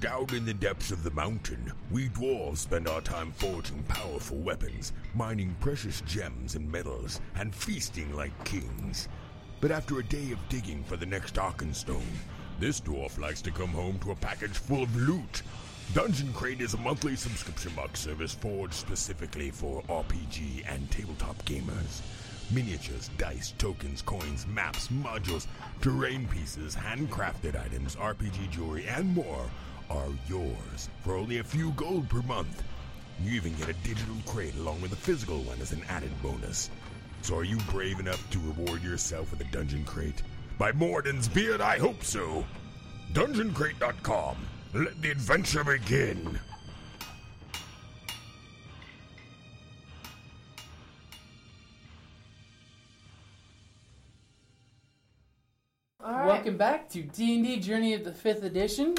Down in the depths of the mountain, we dwarves spend our time forging powerful weapons, mining precious gems and metals, and feasting like kings. But after a day of digging for the next Arkenstone, this dwarf likes to come home to a package full of loot. Dungeon Crate is a monthly subscription box service forged specifically for RPG and tabletop gamers. Miniatures, dice, tokens, coins, maps, modules, terrain pieces, handcrafted items, RPG jewelry, and more are yours for only a few gold per month. You even get a digital crate along with a physical one as an added bonus. So are you brave enough to reward yourself with a dungeon crate? By Morden's beard, I hope so. Dungeoncrate.com. Let the adventure begin. Welcome back to D&D Journey of the 5th Edition.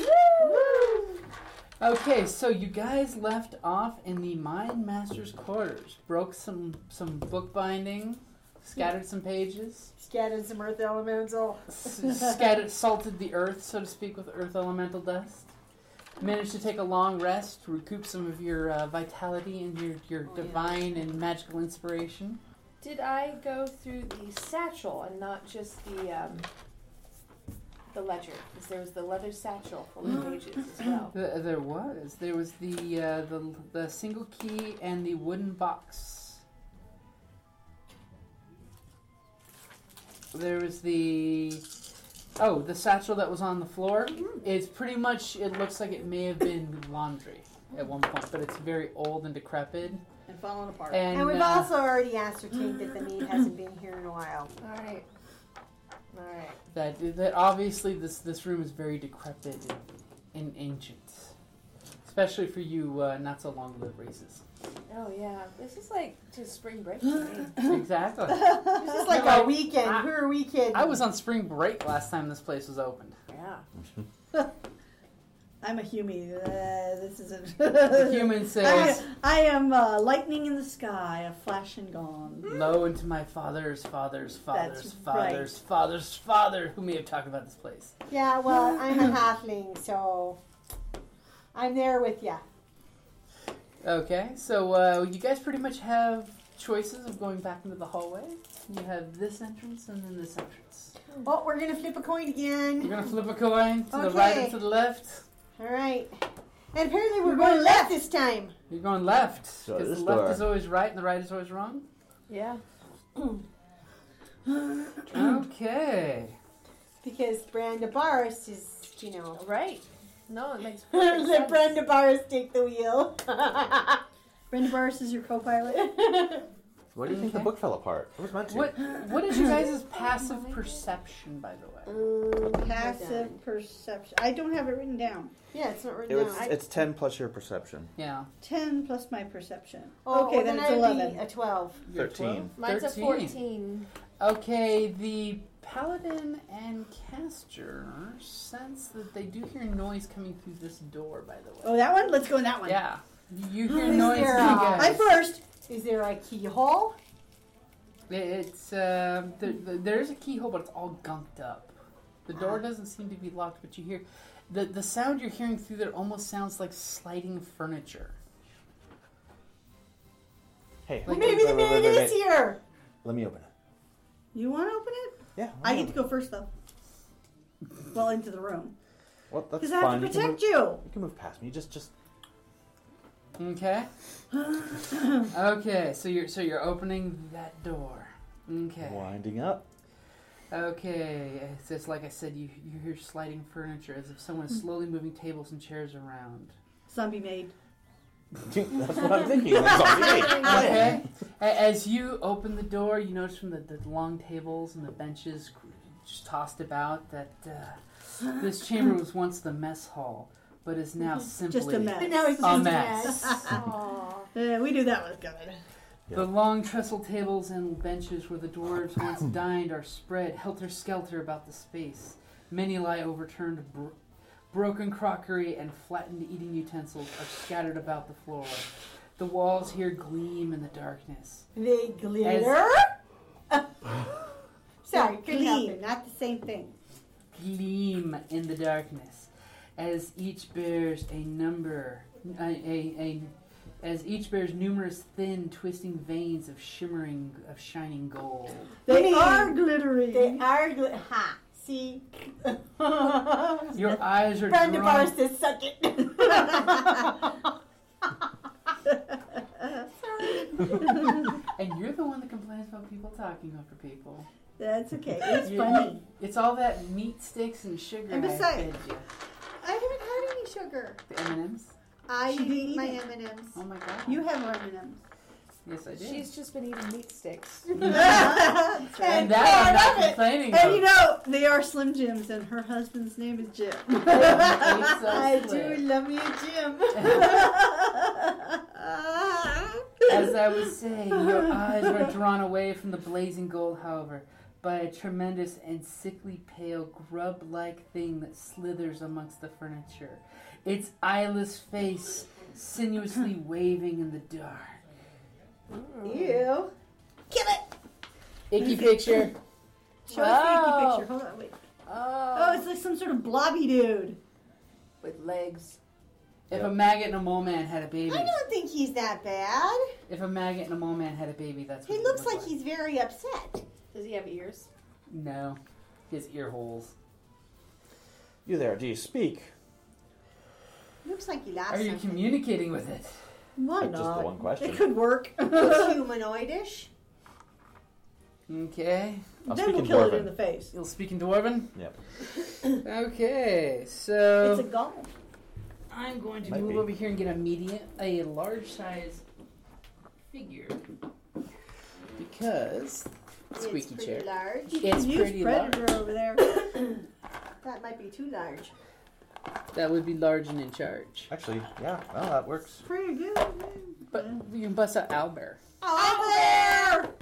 Okay, so you guys left off in the Mind Master's quarters. Broke some some book binding, scattered some pages, Scattered some earth elemental. s- scattered salted the earth, so to speak, with earth elemental dust. Managed to take a long rest, recoup some of your uh, vitality and your your Oh, yeah. divine and magical inspiration. Did I go through the satchel and not just the um, the ledger? Because there was the leather satchel full of pages as well. Th there was. There was the, uh, the the single key and the wooden box. There was the oh the satchel that was on the floor. Mm-hmm. It's pretty much. It looks like it may have been laundry at one point, but it's very old and decrepit. And falling apart. And, And we've uh, also already ascertained that the meat hasn't been here in a while. All right, all right. that that obviously this this room is very decrepit and, and ancient, especially for you uh, not so long lived races. Oh yeah, this is like just spring break. To me. exactly. This is like Like, a weekend. I- Who are we kidding? I was on spring break last time this place was opened. Yeah. I'm a human. Uh, this isn't. The human I, says, I am uh, lightning in the sky, a flash and gone. Lo unto my father's father's father's That's father's father's father, who may have talked about this place. Yeah, well, I'm a halfling, so I'm there with ya. Okay, so uh, you guys pretty much have choices of going back into the hallway. You have this entrance and then this entrance. Oh, we're gonna flip a coin You're again. gonna flip a coin to the right and to the left. All right. And apparently we're going left this time. You're going left So because this the left door. is always right and the right is always wrong. Yeah. Okay. Because Branda Barris is, you know. All right. No, it makes perfect Let sense. Branda Barris take the wheel. Brenda Burris is your co-pilot. What do you think the Okay. book fell apart? It was meant to. What what is you guys' passive perception, by the way? Passive perception. I don't have it written down. Yeah, it's not written It was, down. I- it's 10 plus your perception. Yeah. Ten plus my perception. Oh, okay, well, then, it's I'd be eleven. A twelve. You're 13. 12? Mine's a 13. fourteen. Okay, the paladin and caster sense that they do hear noise coming through this door, by the way. Oh, that one. Let's go in that one. Yeah. You hear Is noise. there you a- guys. I first. Is there a keyhole? It's, um there, there's a keyhole, but it's all gunked up. The door doesn't seem to be locked, but you hear. The, the sound you're hearing through there almost sounds like sliding furniture. Hey, Like, Maybe the man is here. Let me open it. You want to open it? Yeah. I get to go first though. Well, into the room Well, that's because I have fine. to you, can protect move, you. you can move past me. Just, just. Okay. okay, so you're so you're opening that door. Okay. Winding up. Okay, it's just like I said, you, you hear sliding furniture as if someone is slowly moving tables and chairs around. Zombie maid. That's what I'm thinking. That's all. Hey, what the heck? A- As you open the door, you notice from the, the long tables and the benches cr- just tossed about that uh, this chamber was once the mess hall, but is now simply Mm-hmm. Just a mess. But now it's a just mess. Uh, we knew that was good. The long trestle tables and benches where the dwarves once dined are spread helter skelter about the space. Many lie overturned, bro- broken crockery and flattened eating utensils are scattered about the floor. The walls here gleam in the darkness. They glitter. Sorry, couldn't help Gleam, it. not the same thing. gleam in the darkness as each bears a number a, a, a as each bears numerous thin twisting veins of shimmering of shining gold They Gleam. are glittery. They are gl- ha. See, your eyes are friend of ours drawn, to suck it. and you're the one that complains about people talking over people That's okay. It's You- funny. it's all that meat sticks and sugar And I besides- fed you. I haven't had any sugar. the m&ms I didn't eat eat my it. M&Ms. oh my god You have M&Ms. yes i did She's just been eating meat sticks. and that i'm not complaining And about. you know, they are Slim Jims, and her husband's name is Jim. Oh. It's so I do slick. love you, Jim. As I was saying, your eyes were drawn away from the blazing gold, however, by a tremendous and sickly pale grub like thing that slithers amongst the furniture, its eyeless face sinuously waving in the dark. Ew. Kill it. Icky picture. Show us Wow. the icky picture. Hold on, wait. Oh, Oh, it's like some sort of blobby dude. with legs. If a maggot and a mole man had a baby. I don't think he's that bad. If a maggot and a mole man had a baby, that's what He it looks would like look he's very upset. Does he have ears? No. His ear holes. You there? Do you speak? Looks like he laughs. Are you something. communicating with it? Why That's just the not? one question. It could work. Looks humanoidish. Okay. I'm then we'll speaking kill it in the dwarven. face. You'll speak in Dwarven? Yep. Okay, so. It's a golem. I'm going to Might move be. over here and get a medium, a large size figure because squeaky it's pretty chair. large. It's Use pretty large. predator over there. That might be too large. That would be large and in charge. Actually, yeah. Well, that works. Pretty good. man. But you can bust out Albert Albert!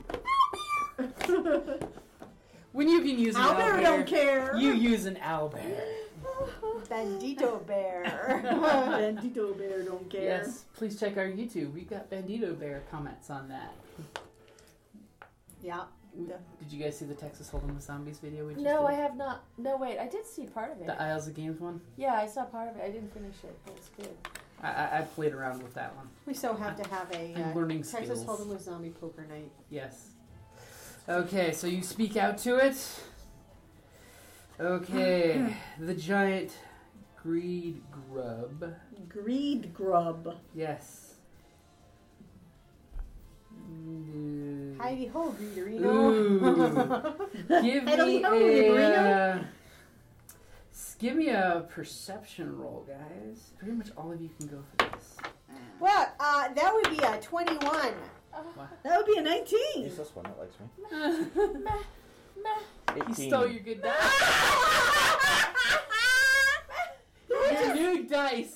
when you can use an Albert Albert. don't care. You use an Albert. Bandito bear. Bandito bear don't care. Yes. Please check our YouTube. We've got Bandito Bear comments on that. yeah. Did you guys see the Texas Hold'em with Zombies video we just No, I did? have not. No, wait, I did see part of it. The Isles of Games one. Yeah, I saw part of it. I didn't finish it. That was good. I, I, I played around with that one. We so have to have a I'm uh, learning Texas skills. Hold'em with zombie poker night. Yes. Okay, so you speak out to it. Okay, the giant greed grub. Greed grub. Yes. Mm. Heidi ho, Greeterino. Ooh. give I don't me know, a, Negrino. uh, s- give me a perception roll, guys. Pretty much all of you can go for this. Well, uh, that would be a 21. That would be a 19. Use this one. That likes me. He 18. stole your good dice. Your new dice.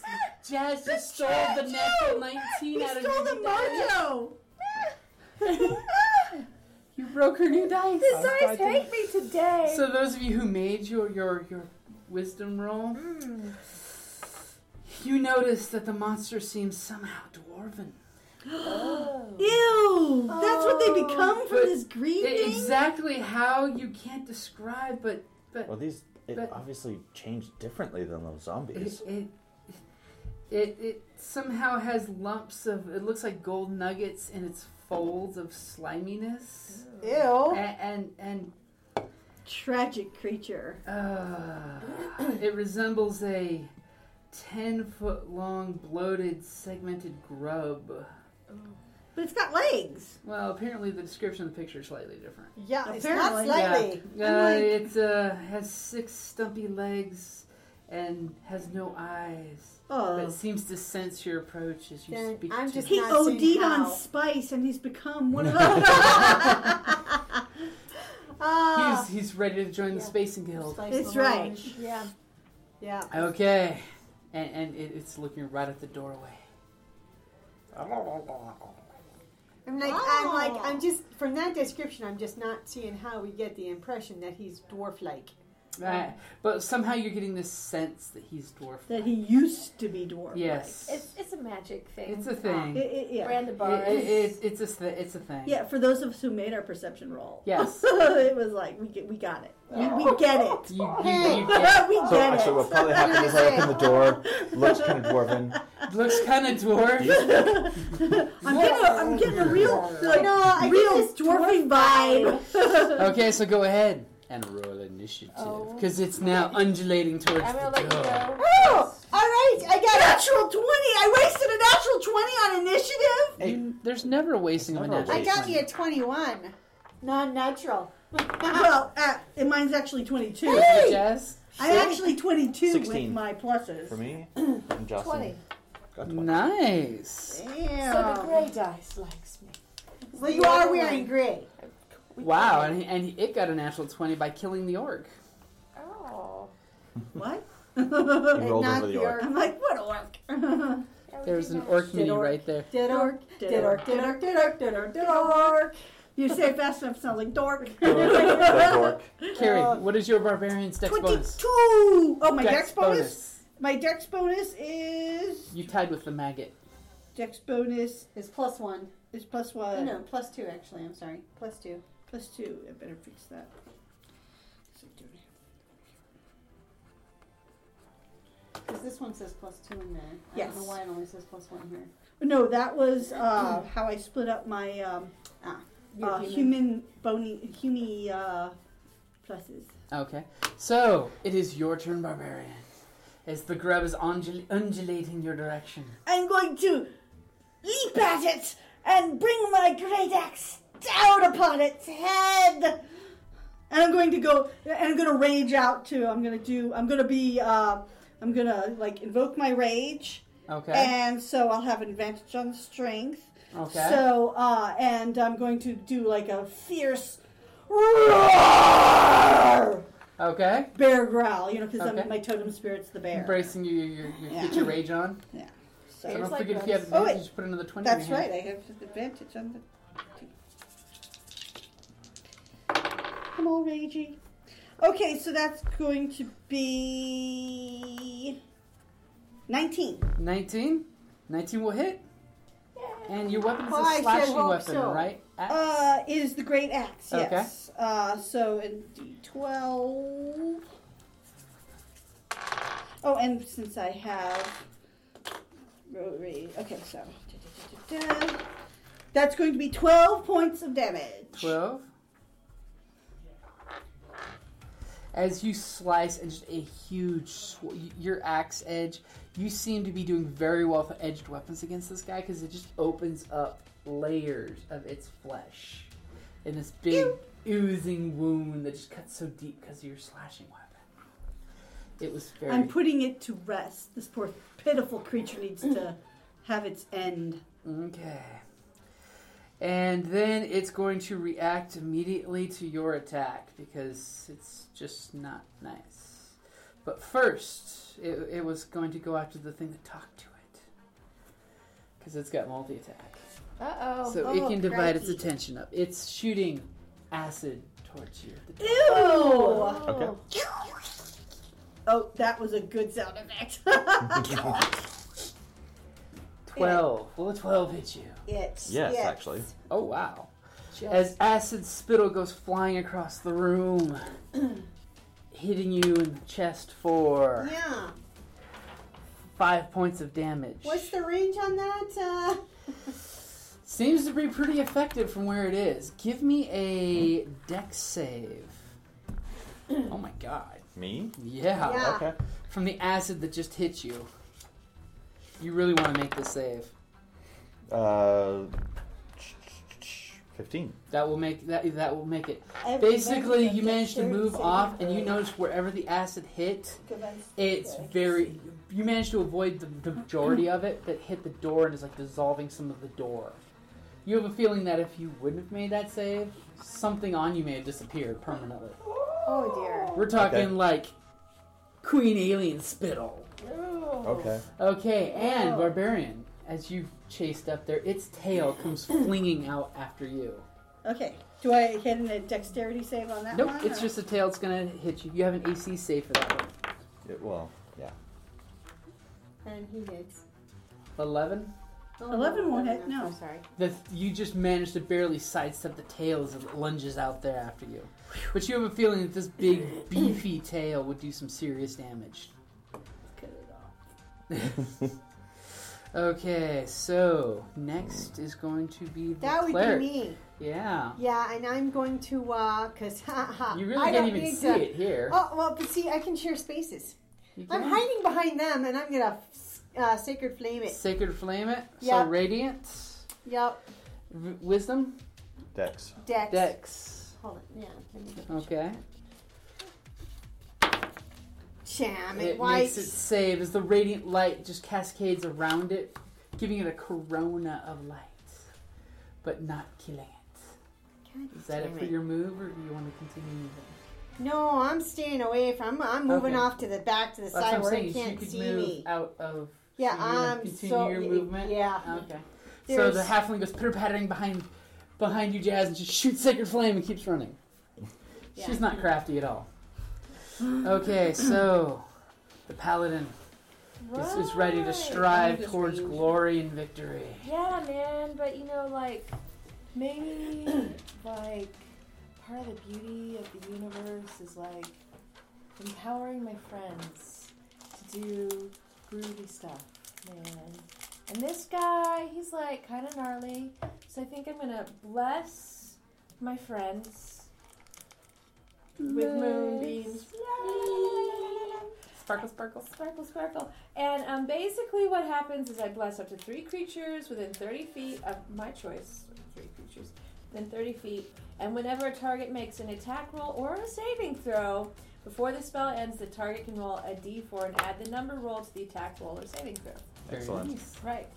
Jazz just stole the natural 19 He out of stole your the new dice. mojo. You broke her new dice. His eyes hate me today. So those of you who made your your your wisdom roll, Mm. you notice that the monster seems somehow dwarven. Ew. That's what they become from Oh. But this greed I- thing. exactly how you can't describe, but Well, these it But- obviously changed differently than those it zombies. it, it it somehow has lumps of it looks like gold nuggets in its folds of sliminess, Ew. and and, Tragic creature. and uh, it resembles a ten foot long bloated segmented grub. But it's got legs. Well, apparently the description of the picture is slightly different. Yeah, it's not Apparently, slightly. Yeah, I'm uh, like- it uh, has six stumpy legs and has no eyes, Oh. but seems to sense your approach as you Then speak I'm to just it. He Not seen OD'd on how. spice and he's become one of those. Ah, He's, he's ready to join the Yeah. Spacing Guild. Slice That's the right. orange. Yeah, yeah. Okay, and, and it, it's looking right at the doorway. I'm like, Oh. I'm like, I'm just from that description, I'm just not seeing how we get the impression that he's dwarf-like. Right. But somehow you're getting this sense that he's dwarf. that he used to be dwarf. Yes. It's, it's uh, a magic thing. Um, It's a thing. It, it, yeah. Brandabar. It- it- it's, it's, a, th- it's a thing. yeah, for those of us who made our perception roll. Yes. it was like, we, get, we got it. We, we get it. Oh. You, you, you get, we So get actually, it. what probably happened is I opened the door, looks kind of dwarven. looks kind of dwarf. I'm getting, a, I'm getting a real, like, No, I get real this dwarfy vibe. Okay, so go ahead and roll initiative Oh. because it's now undulating towards I'm gonna the let you door. go. Oh, all right, I got it. Natural 20. I wasted a natural 20 on initiative. You- there's never a wasting of an It's never a I action. waste. got me a twenty-one, non-natural. Well, uh, and mine's actually 22. Jazz? I'm actually 22 with 16. my pluses. For me, I'm Jocelyn. Twenty. Got 20. Nice. Damn. So the grey dice likes me. well, you are wearing gray. We Wow, can- and, he- and he- it got a natural 20 by killing the orc. Oh. What? You rolled Not over the the orc. I'm like, what orc? That would There's be an nice. orc mini orc. right there. Did orc, did orc, did orc, did orc, did orc, did orc. You say it fast enough, it sounds like dork. The orc. Carrie, Uh, what is your barbarian's dex 22! bonus? Oh, my Dex dex, bonus? My dex bonus is. You tied with the maggot. Dex bonus Is plus one. is plus Oh, one. no, plus two actually. I'm sorry, plus two. Plus two. I better fix that. So do it. Because this one says plus two in there. I Yes. don't know why it only says plus one here. No, that was uh, how I split up my um, uh, human bony human uh, pluses. Okay. So, it is your turn, barbarian. As the grub is undul- undulating your direction. I'm going to leap at it and bring my great axe down upon its head. And I'm going to go. And I'm going to rage out too. I'm going to do. I'm going to be. Uh, I'm going to like invoke my rage, Okay. and so I'll have advantage on strength. okay. So, uh, and I'm going to do like a fierce roar, okay. bear growl, you know, because Okay. my totem spirit's the bear. Embracing you, you, you, you get your rage on. So- So It's don't like forget if you have those- Oh, wait. advantage, put another 20 that's in your hand. right, I have advantage on the. I'm all ragey. Okay, so that's going to be 19. 19. 19 will hit. And your weapon is Well, I a should slashing hope weapon, so. Oh. right? Axe? Uh, is the great axe, Okay. yes. Uh, so in D12. Oh, and since I have rotary, okay, so da-da-da-da-da. that's going to be 12 points of damage. 12. As you slice and just a huge, sw- your axe edge, you seem to be doing very well for edged weapons against this guy because it just opens up layers of its flesh in this big oozing wound that just cuts so deep because of your slashing weapon. It was very. I'm putting it to rest. This poor pitiful creature needs to have its end. Okay. And then it's going to react immediately to your attack because it's just not nice. But first, it, it was going to go after the thing that talked to it because it's got multi attack. Uh oh. so it oh, can divide its crikey. attention up. It's shooting acid towards you. The- Ew! Okay. Oh, that was a good sound effect. 12. Will a 12 hit you? It's Yes, actually. Oh, wow. As acid spittle goes flying across the room, hitting you in the chest for Yeah. five points of damage. What's the range on that? Uh, Seems to be pretty effective from where it is. Give me a dex save. oh my god. Me? Yeah. Yeah. Okay. From the acid that just hit you. You really want to make this save. Uh, Fifteen. That will make that that will make it. Everybody Basically, that you gets manage to there move is off, and you everybody. notice wherever the acid hit, Give us- it's very. You manage to avoid the, the majority of it that hit the door and is like dissolving some of the door. You have a feeling that if you wouldn't have made that save, something on you may have disappeared permanently. Oh dear. We're talking like Queen Alien Spittle. Okay. Okay, and Barbarian, as you chased up there, its tail comes flinging out after you. Okay. Do I hit a dexterity save on that Nope, one? it's or- just the tail. It's gonna hit you. You have an AC save for that one. Yeah, well, yeah. And he did. Eleven. Oh, 11 won't hit, enough. no. I'm sorry. The, you just managed to barely sidestep the tail as it lunges out there after you. But you have a feeling that this big, beefy tail would do some serious damage. Cut it off. okay, so next is going to be the That would cleric. be me. Yeah. Yeah, and I'm going to, uh, cause, haha. You really I can't don't even need see to- it here. Oh, well, but see, I can share spaces. You I'm can. hiding behind them and I'm gonna uh, sacred flame it. Sacred Flame it. Yeah. So Radiance. Yep. V- wisdom. Dex. Dex. Dex. Hold on. Yeah. let me go. Okay. Sham it and white. makes it save as the radiant light just cascades around it, giving it a corona of light, but not killing it. God Is that it damn for your move, or do you want to continue moving? No, I'm staying away from. I'm moving Okay. off to the back to the That's what side I'm where saying. it is You can't could see move me. out of. Yeah, so you wanna I'm continue so your movement. Uh, Yeah. Okay. So There's- the halfling goes pitter pattering behind, behind you, Jazz, and she shoots sacred flame and keeps running. Yeah. She's not crafty at all. Okay, so the paladin is, is ready to Right. strive towards glory and victory. Yeah, man, but you know, like maybe like part of the beauty of the universe is like empowering my friends to do groovy stuff, man. And this guy, he's like kind of gnarly, so I think I'm gonna bless my friends with moonbeams. Sparkle, sparkle, sparkle, sparkle. And um, basically, what happens is I bless up to three creatures within 30 feet of my choice. Three creatures within 30 feet. And whenever a target makes an attack roll or a saving throw, before the spell ends, the target can roll a d4 and add the number rolled to the attack roll or saving throw. Very Excellent. nice. Right.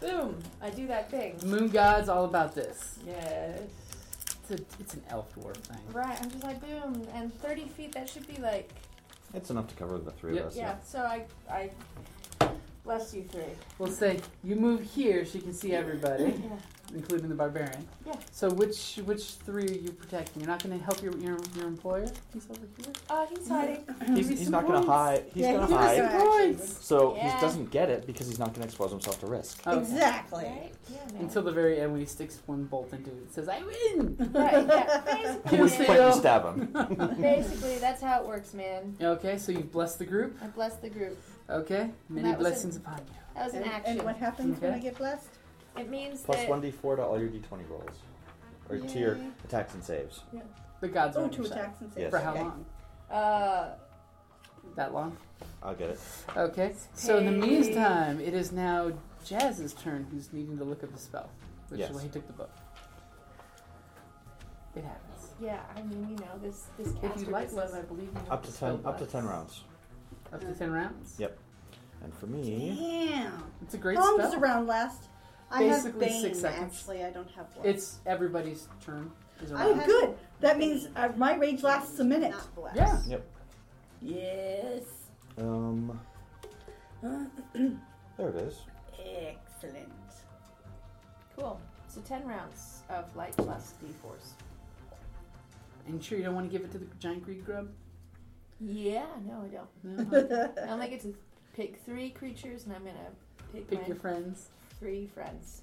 Boom! I do that thing. Moon God's all about this. Yes. It's, a, it's an elf dwarf thing. Right, I'm just like, boom. And 30 feet, that should be like. It's enough to cover the three Yep. of us. Yeah, so I. I bless you three. We'll say you move here so you can see everybody, Yeah. including the barbarian. Yeah. So which which three are you protecting? You're not going to help your, your your employer. He's over here. Oh, he's hiding. He's, he's not gonna hide. He's Yeah, gonna he's gonna hide. hide. Points So Yeah. he doesn't get it because he's not gonna expose himself to risk. Oh, Okay. Exactly. Right? Yeah, man. Until the very end, when he sticks one bolt into it, and says, "I win." right, yeah, Can we Yeah. basically, quick and stab him? man. basically, that's how it works, man. Okay, so you've blessed the group. I bless the group. Okay, many That was blessings upon you. That was an And, action. and what happens when Okay. I get blessed? it means Plus that one d four to all your d twenty rolls, or to your Yay. attacks and saves. The gods are Oh, on two your side. attacks and saves. Yes. For how Okay. long? uh, That long? I'll get it. Okay. So in the Hey. meantime, it is now Jazz's turn, who's needing to look up the spell, which Yes. is why he took the book. It happens. yeah, I mean, you know, this this If you caster like is- love, I believe you have Up to the ten. spell Up to ten bless. rounds. Up to ten rounds. Yep. And for me, Damn. It's a great How long spell. does the round last? I have Basically Bane, six seconds. Actually, I don't have one. It's everybody's turn. Is a Oh, round. good. That means uh, my rage lasts a minute. not blessed. Yeah. Yes. um, Uh, there it is. Excellent. Cool. So ten rounds of light plus d4s. And you sure you don't want to give it to the giant green grub? Yeah, no, I don't. No. I only get to pick three creatures, and I'm gonna pick, my Pick your friends. three friends.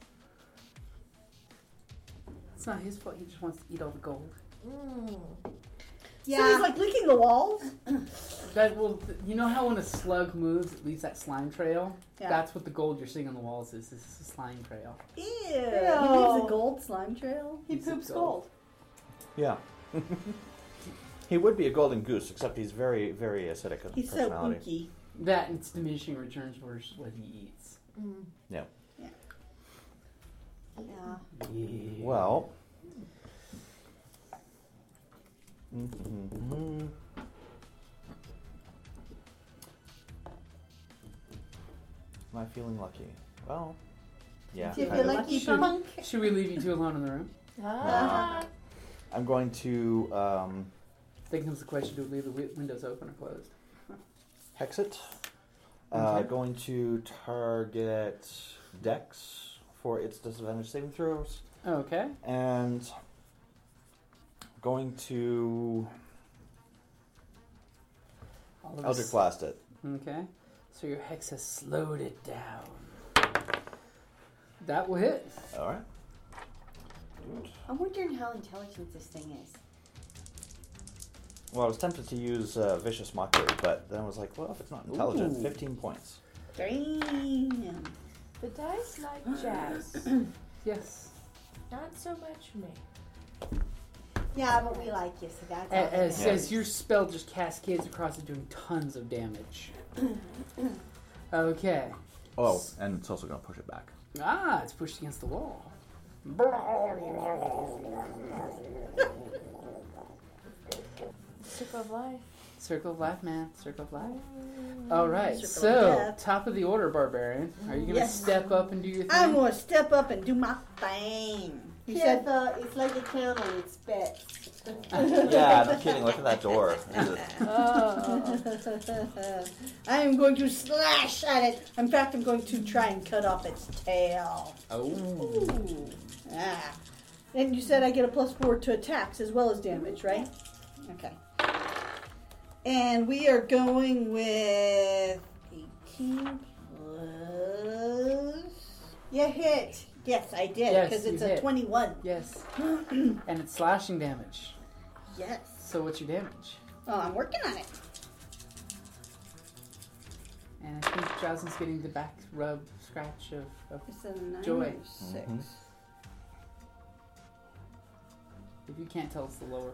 It's not his fault. He just wants to eat all the gold. Mm. Yeah. So he's like licking the walls. That will. You know how when a slug moves, it leaves that slime trail. Yeah. That's what the gold you're seeing on the walls is. This is a slime trail. Ew. He Ew. leaves a gold slime trail. he Is it poops gold? gold. Yeah. he would be a golden goose, except he's very, very acidic of He's so personality. ooky. That and it's diminishing returns versus what he eats. No. Yeah. Yeah. Well, Am I feeling lucky? Well, yeah. Do you kind feel of. like you Sure. punk? Should we leave you two alone in the room? uh-huh. Ah. I'm going to um, Then comes the question: Do we leave the wi- windows open or closed? hex it. Uh, Okay. Going to target Dex for its disadvantage saving throws. Okay. and going to All of Eldritch us- Blast it. Okay. So your hex has slowed it down. That will hit. All right. I'm wondering how intelligent this thing is. Well, I was tempted to use uh, Vicious Mockery, but then I was like, well, if it's not intelligent, Ooh. 15 points. Damn. The dice like jazz. Yes. Not so much me. Yeah, but we like you, so that's A- all that As, matters. as your spell just cascades across it, doing tons of damage. Okay. Oh, and it's also going to push it back. Ah, it's pushed against the wall. Circle of life. Circle of life, man. Circle of life. All right. Mm, Circle of So, death. top of the order, barbarian. Are you gonna Yes. step up and do your thing? I'm gonna step up and do my thing. You said the, it's like a camel, it's bit. yeah, no kidding. Look at that door. Jesus. I am going to slash at it. In fact, I'm going to try and cut off its tail. Oh. Ah. And you said I get a plus four to attacks as well as damage, right? Okay. And we are going with 18 plus. Yeah, hit. Yes, I did Yes, because you it's a hit. 21. Yes. and it's slashing damage. Yes. So what's your damage? Oh, I'm working on it. And I think Jasmine's getting the back rub scratch of. of It's a nine Joy. or 6 if you can't tell, it's the lower.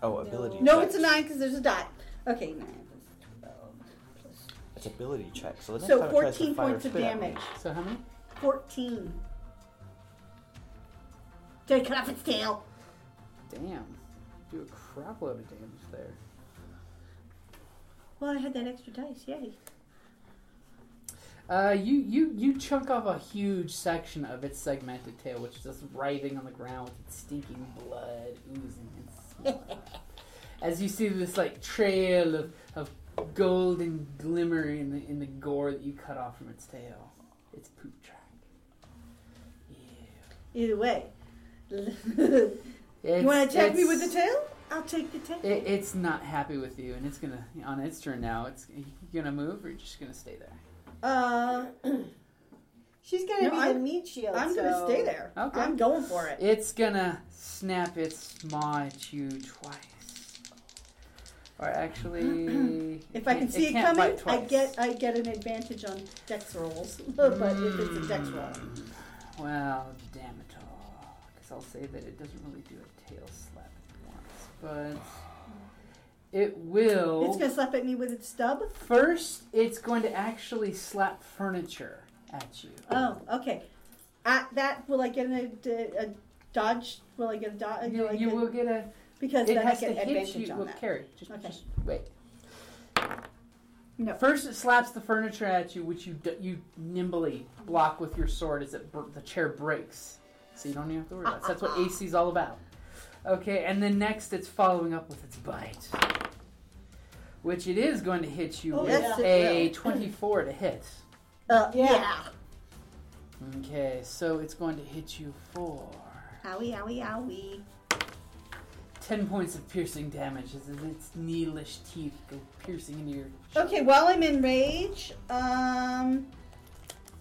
Oh, ability No, checks. it's a nine because there's a dot. Okay, nine. plus 12 It's ability check. So, the next So time it tries to 14 fire points of spit at me- damage. So how many? plus Fourteen. Did I cut off its tail? Damn. Do a crap load of damage there. Well, I had that extra dice. Yay. Uh, you, you, you chunk off a huge section of its segmented tail, which is just writhing on the ground with its stinking blood oozing and smelling. As you see this like trail of, of golden glimmer in the in the gore that you cut off from its tail, its poop track. Yeah. Either way. you It's- want to attack me it's- with the tail? I'll take the tail. It, it's not happy with you, and it's gonna on its turn now. It's you gonna move, or you're just gonna stay there. Uh, She's gonna No, be the I'm- meat shield. I'm gonna so- stay there. Okay. I'm going for it. It's gonna snap its maw at you twice, or actually, If I can it- see it, can't coming, bite I twice. get I get an advantage on dex rolls. but if it's a dex roll, Well, damn it all, because I'll say that it doesn't really do a tail slap once, but it will. it's gonna slap at me with its stub. First, it's going to actually slap furniture at you. Oh, okay. At that, will I get an, a, a dodge? Will I get a dodge? You, you will get a because It then I has to get hit advantage you. on Well, that. Carrie, just, Okay. just wait. No. First, it slaps the furniture at you, which you d- you nimbly block with your sword as it br- the chair breaks. So you don't even have to worry about it. That's what AC is all about. Okay, and then next, it's following up with its bite, which it is going to hit you Oh, with yes, it a will. twenty-four to hit. Uh, yeah. Yeah. Okay, so it's going to hit you for Owie, owie, owie. ten points of piercing damage as its needleish teeth go piercing into your. Okay, while I'm in rage, um,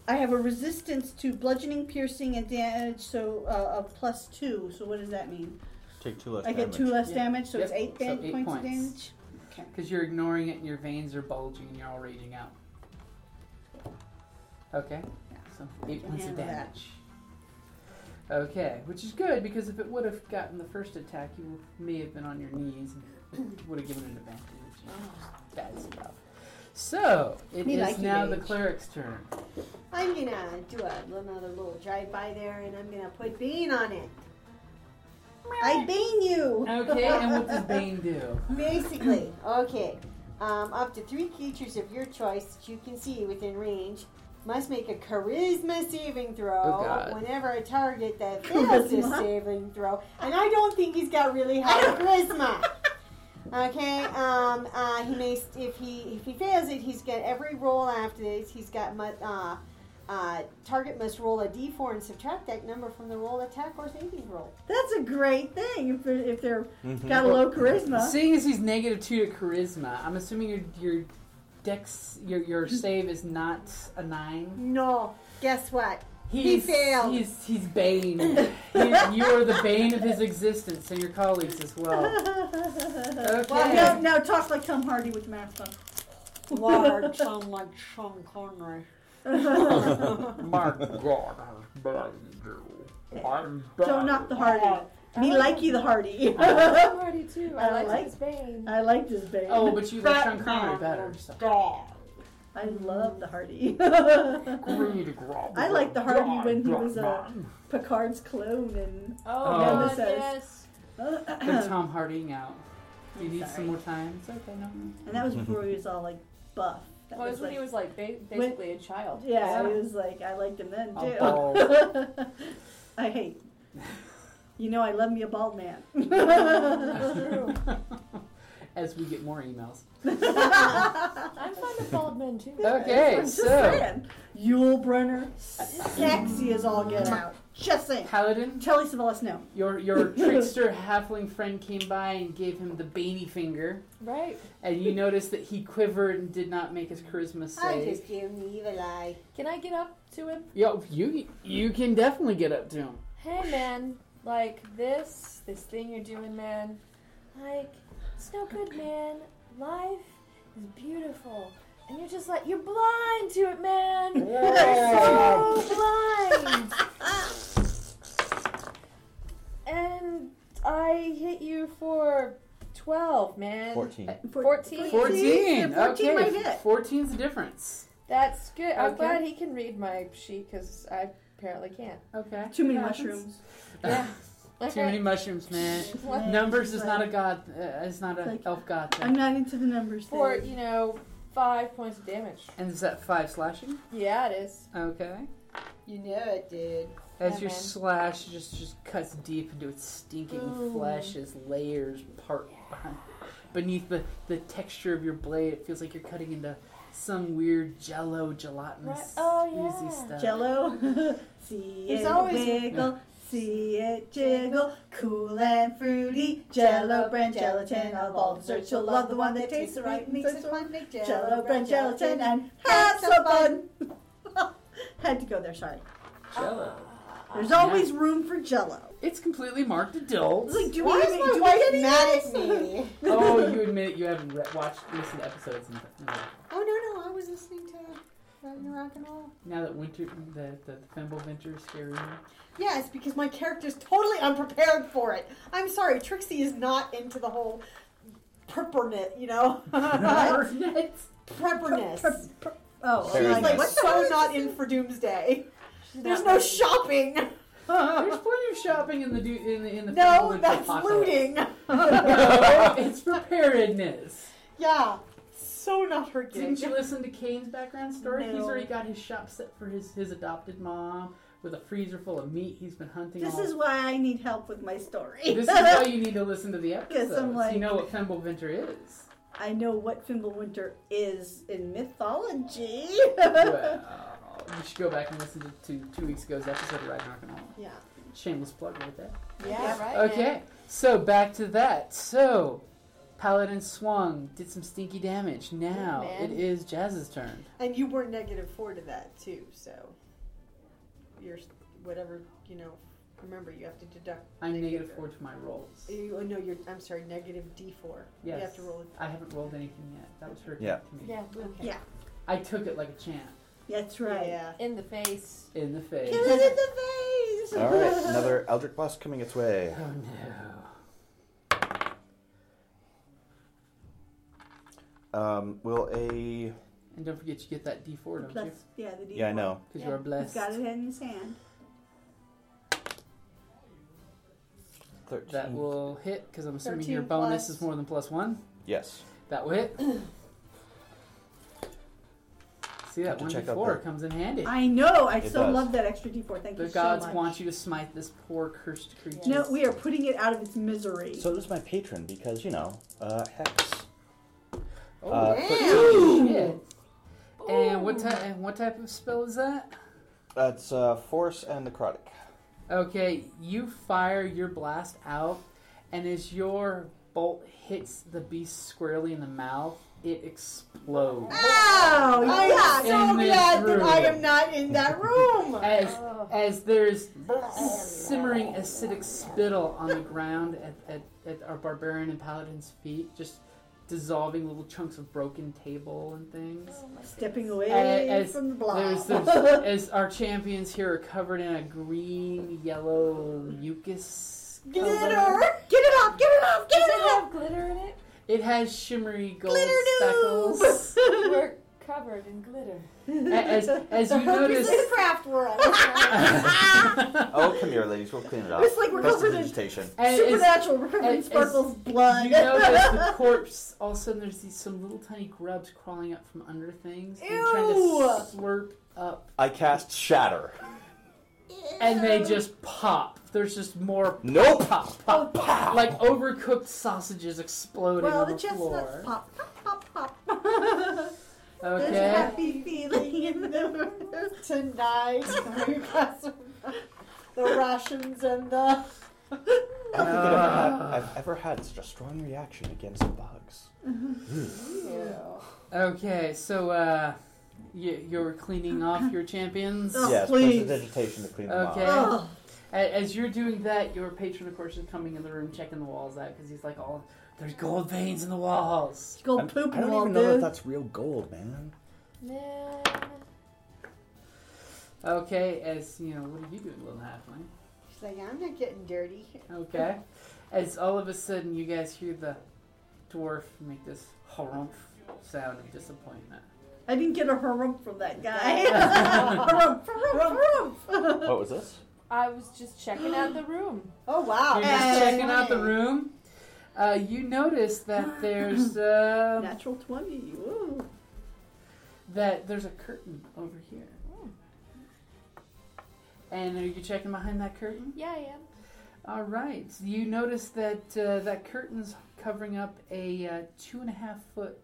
I have a resistance to bludgeoning, piercing, and damage, so uh, a plus two. So what does that mean? Take two less I get damage. two less Yeah. damage, so it's Yep, eight, so dam- eight points, of points. damage. Okay. Because you're ignoring it and your veins are bulging and you're all raging out. Okay. So eight points of Handle that. damage. Okay, which is good because if it would have gotten the first attack, you may have been on your knees and would have given it an advantage. Bad stuff. So it Me is like you, now the Paige. cleric's turn. I'm gonna do a, another little drive by there, and I'm gonna put Bean on it. I bane you. Okay, and what does Bane do? Basically, okay. Um, up to three creatures of your choice that you can see within range must make a charisma saving throw Oh, God. whenever a target that fails this Charisma? saving throw. And I don't think he's got really high charisma. Okay, um, uh, he may st- if he if he fails it, he's got every roll after this. He's got mu- uh, uh, target must roll a d4 and subtract that number from the roll attack or saving roll. That's a great thing if they're, if they're got a low charisma. Seeing as he's negative two to charisma, I'm assuming your your dex your your save is not a nine. No, guess what? He's, failed. He's he's Bane. He- you are the Bane of his existence and your colleagues as well. Okay. Well, no, no, talk like Tom Hardy with the mask on. Large, unlike Sean Connery. My God, Bane. I'm Bane. Don't knock the Hardy. Oh. Me like you the Hardy. I'm already too. I, I liked like- his Bane. I liked his bane. Oh, but you like Sean Connery better. So. I love the Hardy. Greed, grob. I liked the Hardy when he was uh, Picard's clone and oh, yeah, God, this is- yes. Good Tom Hardying out. You I'm need sorry. some more time. It's okay, no. and that was before he was all like buff. That Well, it was when he was like ba- basically a child. Yeah, he was like I liked him then I'll too. borrow I hate. You know I love me a bald man. as we get more emails. I'm fond of bald men too. Okay, Just so saying. Yul Brenner, sexy as all get out. Just saying. Paladin, Telly Savalas, no. your your trickster halfling friend came by and gave him the Baney finger, Right. and you noticed that he quivered and did not make his charisma I save. just gave him the evil eye. Can I get up to him? Yo, you you can definitely get up to him. Hey, man. Like this, this thing you're doing, man. Like, it's no good, man. Life is beautiful. And you're just like, you're blind to it, man. You're so blind. and I hit you for 12, man. 14. 14. Fourteen. See? 14 might Okay, hit. fourteen's the difference. That's good. I'm Okay. glad he can read my sheet because I apparently can't. Okay. Too many Happens. mushrooms. Yeah. Too many mushrooms, man. What? Numbers is not a god. Uh, is not an Like, elf god I'm thing. not into the numbers. For, thing. you know, five points of damage. And is that five slashing? Yeah, it is. Okay. You know it, dude. As Yeah, your man. slash just just cuts deep into its stinking flesh as layers part behind, beneath the, the texture of your blade, it feels like you're cutting into some weird jello gelatinous Right. Oh, oozy yeah. stuff. Jello. see There's it always- wiggle, see it jiggle, cool and fruity. Jello, brand gelatin, of all desserts, you'll love the one that tastes right. Mix it fun, make Jello, brand gelatin, and have some fun. Had to go there. Sorry. Jello. There's always room for Jello. It's completely marked adult. It's like, do we Why even, is my do wife we get mad any- at me? oh, you admit you haven't re- watched listened to episodes. And, no. Oh no no, I was listening to Rock and Rock and Roll. Now that winter, the the, the Femble Winter is scary. Yes, because my character's totally unprepared for it. I'm sorry, Trixie is not into the whole prepperness, you know? prepperness. Oh, Fair She's like, like what the so not in for Doomsday. There's no shopping. There's plenty of shopping in the du- in the in the Femble No, Winter that's apocalypse. looting. No, it's preparedness. Yeah, so not her gig. Didn't you listen to Kane's background story? He's No. already got his shop set for his, his adopted mom with a freezer full of meat he's been hunting This all is why I need help with my story. This is why you need to listen to the episodes. like- you know what Femble Winter is. I know what Fimbulwinter is in mythology. well, you should go back and listen to two, two weeks ago's episode of Ragnarok and all. Yeah. Shameless plug right there. Yeah, right. man. Okay, so back to that. So, Paladin swung, did some stinky damage. Now man. it is Jazz's turn. And you were negative four to that too, so you're whatever you know. Remember, you have to deduct. I'm negative four to my rolls. You, oh no, you're. I'm sorry, negative D four. Yes. You have to roll. I haven't rolled anything yet. That was her Yeah. to me. Yeah, okay. Yeah. I took it like a champ That's a- right. Yeah. In the face. in the face. Kill it in the face. Oh, All right, another Eldritch Blast coming its way. Oh no. Um, will a And don't forget you get that D4, don't Plus, you? yeah, the D. yeah, I know. Because you are He's blessed. got it in his hand. Thirteen. That will hit because I'm assuming your 13 bonus plus- is more than plus one. Yes. That will hit. See Have that to one check out before that. comes in handy. I know. I It so does. love that extra D4. Thank The you gods so much. want you to smite this poor cursed creature. No, we are putting it out of its misery. So does my patron because you know, uh, hex. Oh, Uh, holy shit. And what type? And what type of spell is that? That's uh, force and necrotic. Okay, you fire your blast out, and as your bolt hits the beast squarely in the mouth, it explodes. Ow! I am yuck. so In this glad that I room. am not in that room. As as there's simmering acidic spittle on the ground at, at, at our barbarian and paladin's feet, just dissolving little chunks of broken table and things. Stepping away as, from the blob. there's- there's- as our champions here are covered in a green, yellow mucus. color. Glitter! Get it off! Get it Does off! Get it it off! have glitter in it? It has shimmery gold Glitter speckles. We're covered in glitter. A- as, as you notice, This is craft world. Oh, come here, ladies. We'll clean it up. It's like we're Rest of covered in- vegetation. as- as Supernatural recurring as- sparkles you blood. notice the corpse, all of a sudden there's these some little tiny grubs crawling up from under things and trying to Ew. slurp up, I cast shatter. and they just pop. There's just more Nope. pop, pop, pop, like overcooked sausages exploding well, on the the, chestnuts floor. pop, pop, pop, pop. There's a Okay. happy feeling in the room. Tonight, we got some- the Russians and the. I don't think I've, ever had, I've ever had such a strong reaction against bugs. Okay, so uh, you, you're cleaning off your champions. Oh, yes, please. press the vegetation to clean them Okay. off. Oh, A- As you're doing that, your patron, of course, is coming in the room checking the walls out because he's like, "Oh, there's gold veins in the walls." go I'm- poop I don't and all, even know if dude. that's real gold, man. Man. Okay, as you know, what are you doing, little halfling? She's like, I'm not getting dirty. Okay, as all of a sudden you guys hear the dwarf make this harumph sound of disappointment. I didn't get a harumph from that guy. harumph, harumph, harumph. What was this? I was just checking out the room. Oh wow! You're just Hey. checking out the room. Uh, you notice that there's uh, Natural 20. Ooh. that there's a curtain over here. And are you checking behind that curtain? Yeah, I am. All right. So you notice that uh, that curtain's covering up a uh, two and a half foot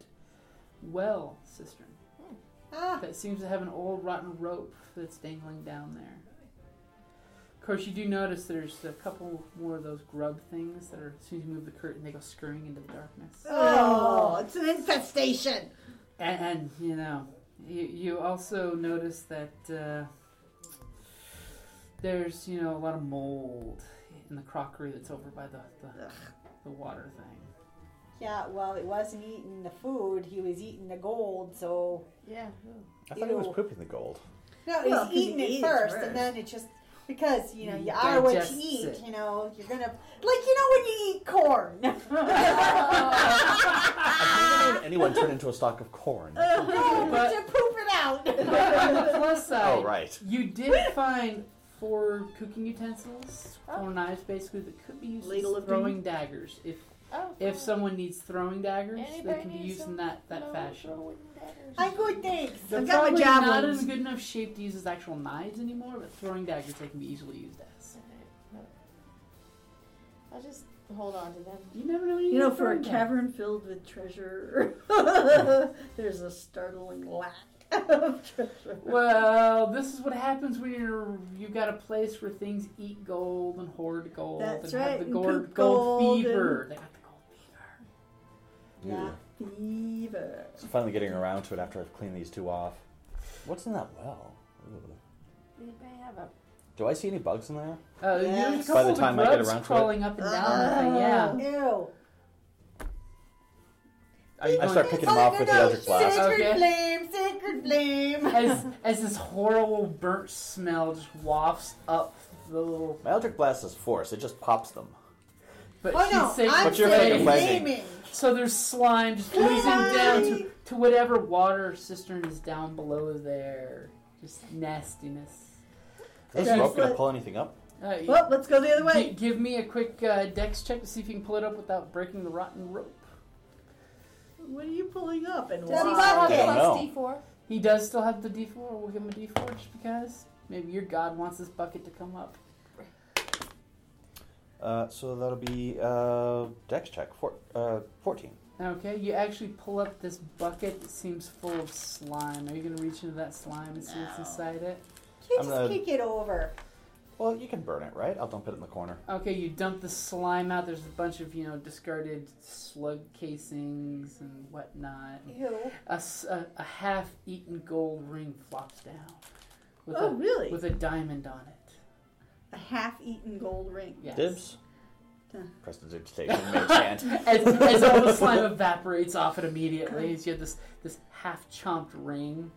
well cistern Ah, that seems to have an old rotten rope that's dangling down there. Of course, you do notice there's a couple more of those grub things that are as soon as you move the curtain, they go scurrying into the darkness. Oh, it's an infestation. And, and you know, you, you also notice that uh, there's you know a lot of mold in the crockery that's over by the the, the water thing. yeah. Well, it wasn't eating the food; he was eating the gold. So Yeah. I thought he was Ew. pooping the gold. no, he's Well, 'cause eating he it eats first, first. and then it just because you know He you are what you digests eat. it. You know, you're gonna like you know when you eat corn. I've never known anyone turn into a stalk of corn. no, But- to poop it out. on the plus side, Oh, right. you did find four cooking utensils, four knives basically that could be used Oh. Ladle as of throwing daggers. If Oh. if cool. someone needs throwing daggers, they Anybody can be needs used in some that that low fashion. rolling daggers? I'm good, thanks. They're I've got my probably not javelins. in good enough shape to use as actual knives anymore, but throwing daggers they can be easily used as. I'll just hold on to them. You never know. What You know, get for a throwing cavern filled with treasure, there's a startling lack of treasure. Well, this is what happens when you're you got a place where things eat gold and hoard gold. That's and right, Have the and gold, poop gold, gold fever. They got the gold fever. Yeah. Fever. So finally getting around to it after I've cleaned these two off. What's in that well? Ooh. Anybody have a Do I see any bugs in there? Uh, There's Yes. a By couple the of time I get grubs around to it. crawling up and down. the thing, Oh. yeah. Ew. Are you I going- start picking them off with the eldritch blast. Sacred Okay. flame, sacred flame. as as this horrible burnt smell just wafts up the little. My eldritch blast is force. It just pops them. But Oh she's no, safe I'm to But you're say. making flames. flaming. So there's slime just oozing down to, to whatever water cistern is down below there. Just nastiness. Is Okay. this rope gonna pull anything up? Uh, Well, let's go the other gi- way. give me a quick uh, dex check to see if you can pull it up without breaking the rotten rope. What are you pulling up and Does he still why? have bucket. plus No. D4? He does still have the D4. We'll give him a D4 just because. Maybe your god wants this bucket to come up. Uh, so that'll be uh, Dex check four, uh, fourteen. Okay, you actually pull up this bucket that seems full of slime. Are you gonna reach into that slime and see what's inside it? You I'm just gonna- kick it over. Well, you can burn it, right? I'll dump it in the corner. Okay, you dump the slime out. There's a bunch of you know discarded slug casings and whatnot. Ew. A, s- a- a half-eaten gold ring flops down. With Oh, a, really? With a diamond on it. A half-eaten gold ring. Yes. Dibs. Huh. Press the digitation, mage hand. as, as all the slime evaporates off it immediately. As you have this this half-chomped ring.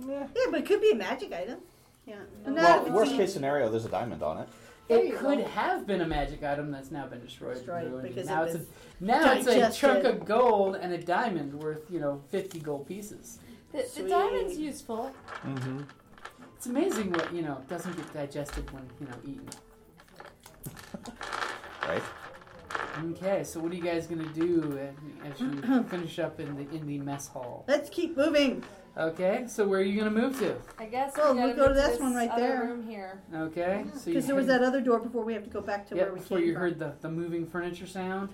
Yeah, but it could be a magic item. Yeah. No, Well, it's worst case scenario, there's a diamond on it. There you It could go. have been a magic item that's now been destroyed. and Destroyed, ruined, and because now it it's a was now it's a chunk digested. of gold and a diamond worth you know fifty gold pieces. The, the diamond's useful. It's amazing what you know doesn't get digested when you know eaten. Right. Okay, so what are you guys gonna do as- as you finish up in the in the mess hall? Let's keep moving. Okay, so where are you gonna move to? I guess Well, we gotta we go to move this one right other there. room here. Okay, so you Because there was heard- that other door before we have to go back to yep, where we before came you from. heard the, the moving furniture sound.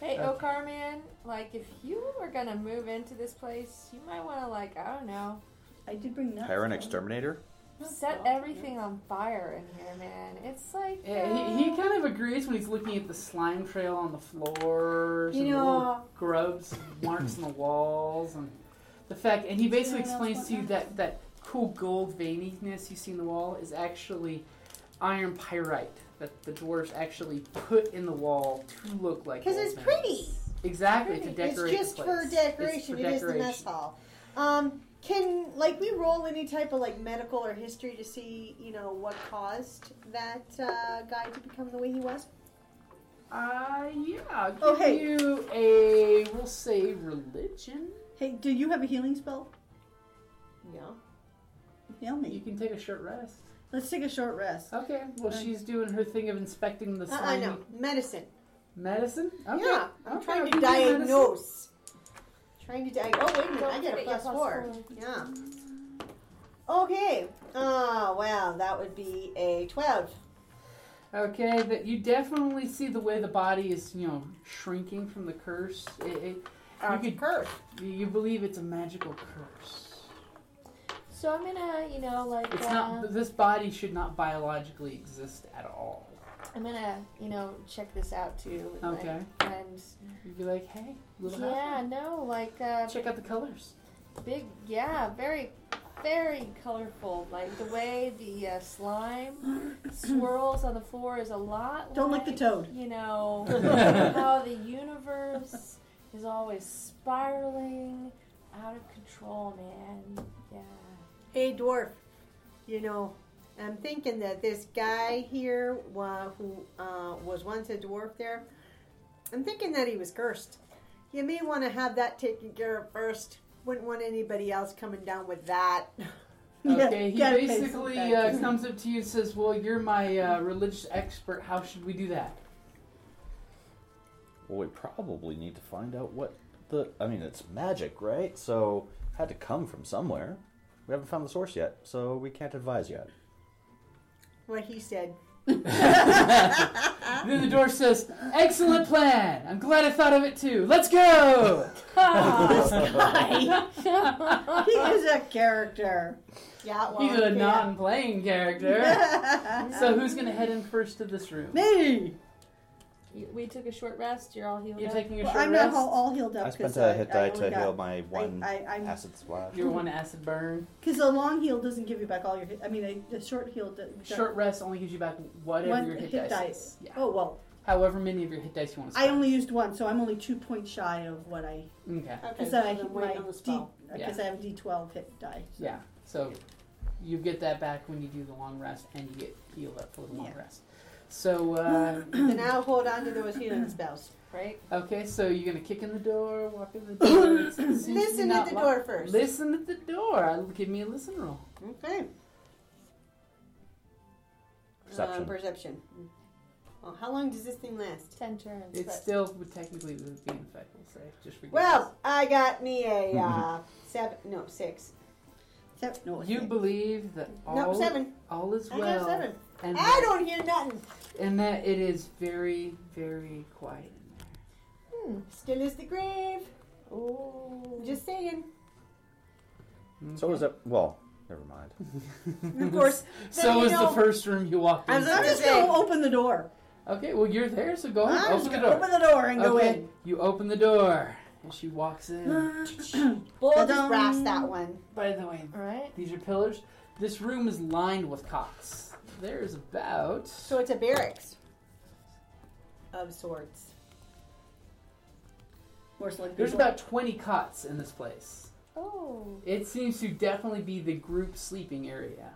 Hey, Uh, Okar man, like if you were gonna move into this place, you might want to like I don't know, I did bring nuts. Hire an though. exterminator. set everything on fire in here, man. It's like uh, Yeah, he, he kind of agrees when he's looking at the slime trail on the floors You and the know- uh, little grubs marks on the walls and the fact and he basically Anyone else explains want to you that that cool gold veininess you see in the wall is actually iron pyrite that the dwarves actually put in the wall to look like 'Cause gold it's veinings. pretty. Exactly to It's decorate. just the for place. It's for decoration. It is the mess decoration. hall. Um, can like we roll any type of like medical or history to see you know what caused that uh, guy to become the way he was? Uh, yeah. I'll Give Oh, hey. you a we'll say religion. Hey, do you have a healing spell? No. Heal You me. can take a short rest. Let's take a short rest. Okay. Well, she's doing her thing of inspecting the Uh, uh, slimy no. Medicine. medicine. Okay. Yeah. I'm Okay, trying you to do medicine. diagnose. Trying to diagnose. Oh wait a minute! I Don't get a forget your plus plus four. four. Yeah. Okay. Ah, well, that would be a twelve. Okay. That you definitely see the way the body is, you know, shrinking from the curse. It, it, Uh, you could, curse. you believe it's a magical curse. So I'm gonna, you know, like It's uh, not. This body should not biologically exist at all. I'm gonna, you know, check this out too. With Okay. My friends. You'd be like, hey, little Yeah, yeah. no, like uh, Check out the colors. big, yeah, very, very colorful. Like the way the uh, slime swirls on the floor is a lot. Don't like lick the toad. You know how the universe is always spiraling out of control, man. Yeah. Hey, dwarf. You know, I'm thinking that this guy here, wa- who uh, was once a dwarf there, I'm thinking that he was cursed. You may want to have that taken care of first. Wouldn't want anybody else coming down with that. Yeah, Okay, he gotta pay some basically uh, taxes. comes up to you and says, "Well, you're my uh, religious expert. How should we do that?" Well, we probably need to find out what the. I mean, it's magic, right? So it had to come from somewhere. We haven't found the source yet, so we can't advise yet. What he said. And then the door says, "Excellent plan. I'm glad I thought of it too. Let's go." he is a character. Yeah, well, He's a yeah. non-playing character. so who's gonna head in first to this room? Me. You, we took a short rest. You're all healed You're up. taking a Well, short I'm not rest. all, all healed up. I spent 'cause a hit die to only got- heal my one I- I'm- acid splash. Your one acid burn. Because a long heal doesn't give you back all your hit. I mean, a, a short heal does. Short rest only gives you back whatever one your hit, dice. is. Yeah. Oh well, However many of your hit dice you want to I spend. only used one, so I'm only two points shy of what I. Okay. Okay, Because so I then hit wait my on the D. spell. Because I have a D12 hit die. so- Yeah. So you get that back when you do the long rest, and you get healed up for the long Yeah. rest. So uh, So now hold on to those healing spells. right? okay, so you're gonna kick in the door, walk in the door. It seems to be Listen not at the lo- door first. Listen at the door. Give me a listen roll. Okay. Perception. Uh, perception. Well, how long does this thing last? Ten turns. It but- still would technically would be in effect, we'll say. Just for Well, I got me a uh, seven. No, six. Seven, no, giggles. you believe that all, No, seven. all is I well. got seven. And, I don't hear nothing. and that it is very, very quiet. Still is the grave. Ooh. I'm just saying. So is it? Well, never mind. of course. So you was the know- first room you walked I was into. I'm just gonna open the door. Okay, well you're there, so go ahead. I'm Open just the gonna door. open the door and go okay, in. you open the door, and she walks in. Ah. We'll just Ta-dum. brass that one. By the way, All right. these are pillars. This room is lined with cots. There's about So it's a barracks of sorts. More select there's people. about 20 cots in this place. Oh. It seems to definitely be the group sleeping area.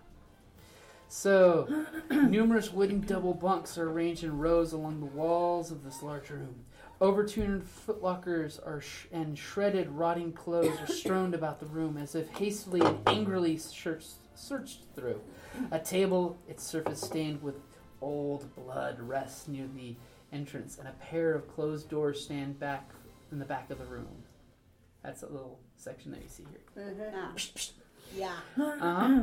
So, numerous wooden double bunks are arranged in rows along the walls of this large room. Overturned footlockers are sh- and shredded, rotting clothes are strewn about the room as if hastily and angrily searched, searched through. A table, its surface stained with old blood, rests near the entrance, and a pair of closed doors stand back in the back of the room. That's a little section that you see here. Ah. Yeah. Uh-huh.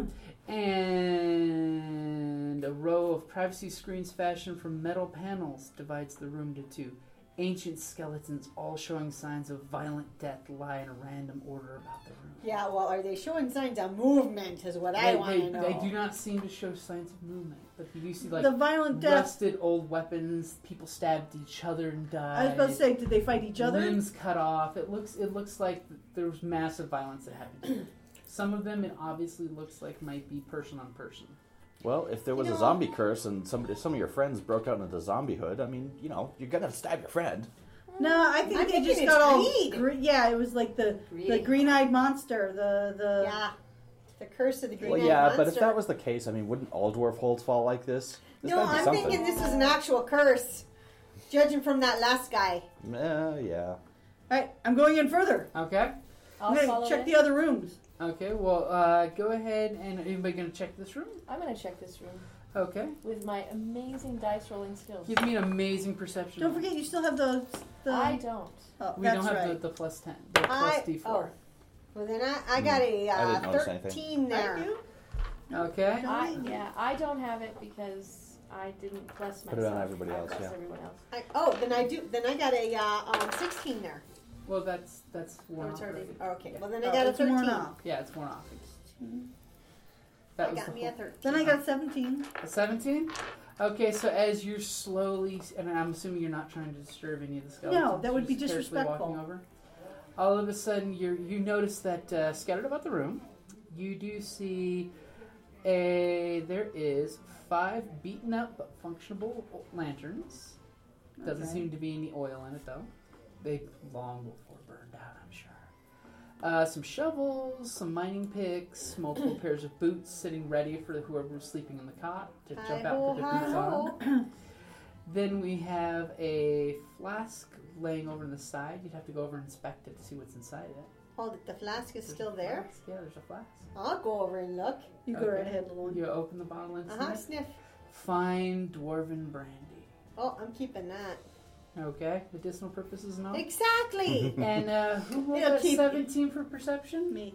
And a row of privacy screens fashioned from metal panels divides the room to two. Ancient skeletons, all showing signs of violent death, lie in a random order about the room. Yeah, well, are they showing signs of movement? Is what I They- want they, to know. they do not seem to show signs of movement, but you do see like the violent death. rusted old weapons. People stabbed each other and died. I was about to say, did they fight each other? Limbs cut off. It looks. It looks like there was massive violence that happened. Some of them, it obviously looks like might be person on person. Well, if there was You a know- zombie curse and somebody, some of your friends broke out into the zombie hood, I mean, you know, you're gonna stab your friend. No, I think I'm they just thinking got all. it's greed. gre- yeah, it was like the the Greed. green-eyed monster. The the Yeah. The curse of the green well, eyed yeah, monster. but if that was the case, I mean, wouldn't all dwarf holds fall like this? There's no, gotta be I'm something. thinking this was an actual curse. Judging from that last guy. Eh, yeah. All right, I'm going in further. Okay. I'll I'm follow gonna check it. the other rooms. Okay, well, uh, go ahead and are anybody gonna check this room? I'm gonna check this room Okay. with my amazing dice rolling skills. Give me an amazing perception. Don't forget, you still have the. the I don't. oh, We that's Mm. don't have right. the, the plus 10, the plus I- d4. oh. Well, then I, I got a I didn't uh, notice anything. 13 there. Thank you. Okay. I, Nine. yeah, I don't have it because I didn't bless myself. Put it on everybody I else, blessed yeah. everyone else. I, oh, then I do. Then I got a uh, um, 16 there. Well, that's that's Oh, worn it's off. already, already. okay. Well, then Oh, I got a it's worn 13. off. Yeah, it's worn off. That I was the got me a whole- 13. Then I got 17. a 17? Okay, so as you're slowly, and I'm assuming you're not trying to disturb any of the skeletons. that would you're be just carefully disrespectful. Walking over. All of a sudden, you you notice that uh, scattered about the room, you do see a there is five beaten up but functional lanterns. Doesn't Okay. seem to be any oil in it though. They long before burned out, I'm sure. Uh, some shovels, some mining picks, multiple pairs of boots sitting ready for whoever was sleeping in the cot to jump out Hi-ho, with their boots on. hi-ho. Then we have a flask laying over on the side. You'd have to go over and inspect it to see what's inside it. Hold it. Oh, The flask is There's a still there. flask. Yeah, there's a flask. I'll go over and look. You go Okay. right ahead, Lauren. You open the bottle and Uh huh. sniff. Sniff. Fine dwarven brandy. Oh, I'm keeping that. Okay, medicinal purposes and all. Exactly. And uh, who rolled It'll that keep- 17 for perception? Me.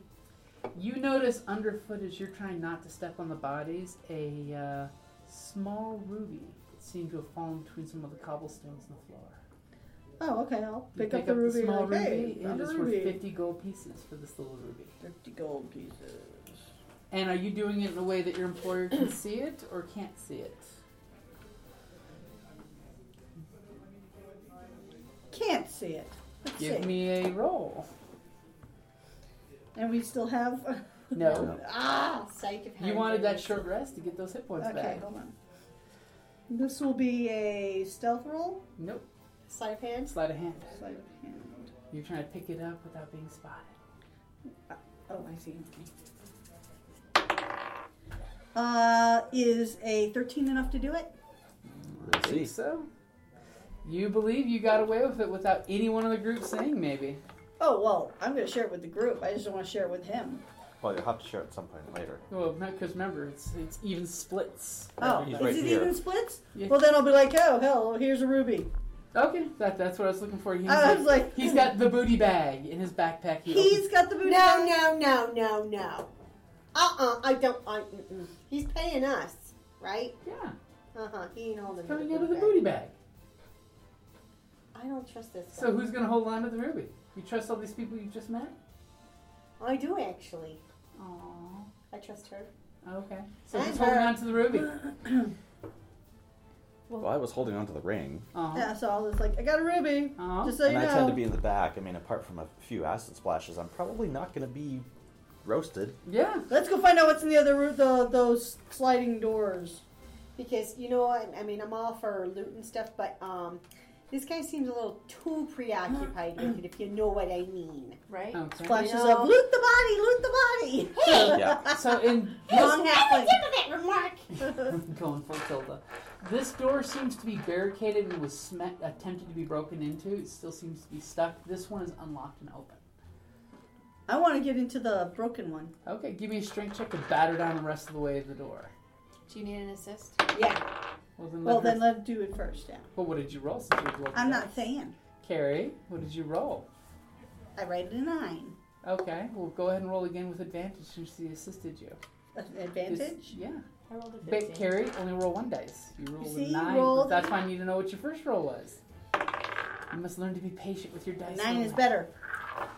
You notice underfoot as you're trying not to step on the bodies, a uh, small ruby that seemed to have fallen between some of the cobblestones on the floor. Oh, okay. I'll You pick, up, the ruby. small like, hey, ruby. and found a it's ruby. worth 50 gold pieces for this little ruby. 50 gold pieces. And are you doing it in a way that your employer can see it or can't see it? Can't see it. Let's Give see. me a roll. and we still have. No. ah, psych. You wanted that short rest to get those hit points okay, back. hold on. This will be a stealth roll. Nope. Sleight of hand. Sleight of hand. Sleight of hand. You're trying to pick it up without being spotted. Oh, I see. Uh, is a 13 enough to do it? We'll Think see. so? You believe you got away with it without anyone in the group saying maybe. Oh, well, I'm going to share it with the group. I just don't want to share it with him. Well, you'll have to share at some point later. Well, because remember, it's it's even splits. Oh, He's is right it here. even splits? Yeah. Well, then I'll be like, oh, hell, here's a ruby. Okay, that, that's what I was looking for. He's, I was like, hmm. he's got the booty bag in his backpack. He He's got the booty. No, no, no, no, no. Uh uh I don't. I, mm-mm. He's paying us, right? opens- yeah, Uh huh. He ain't holding coming the out of the bag. booty bag. I don't trust this guy. So who's gonna hold on to the ruby? You trust all these people you just met? I do actually. Aww. I trust her. Okay. So And who's holding her. on to the ruby? Well, I was holding onto the ring, Aww. Yeah, so I was like, I got a ruby. Aw. Just so you and I know. tend to be in the back. I mean, apart from a few acid splashes, I'm probably not going to be roasted. Yeah. Let's go find out what's in the other room, the, those sliding doors. Because you know what? I mean, I'm all for loot and stuff, but um, this guy seems a little too preoccupied with it, if you know what I mean. Right? Okay. Flashes know. up, loot the body, loot the body. Yeah. So in Long halfling. Tip of it, remark. going full tilde, this door seems to be barricaded and was sma attempted to be broken into. It still seems to be stuck. This one is unlocked and open. I want to get into the broken one. Okay, give me a strength check to batter down the rest of the way of the door. Do you need an assist? Yeah. Well then, let Well, her- then let's do it first, yeah. Well, what did you roll? Since you rolled I'm that? not saying. Carrie, what did you roll? I rated a nine. Okay, well, go ahead and roll again with advantage since she assisted you. Is- Advantage? yeah. I rolled a But 15. Carrie, only roll one dice. You rolled see, a you nine. but rolled- That's why I need to know what your first roll was. You must learn to be patient with your dice. Nine is roll. better.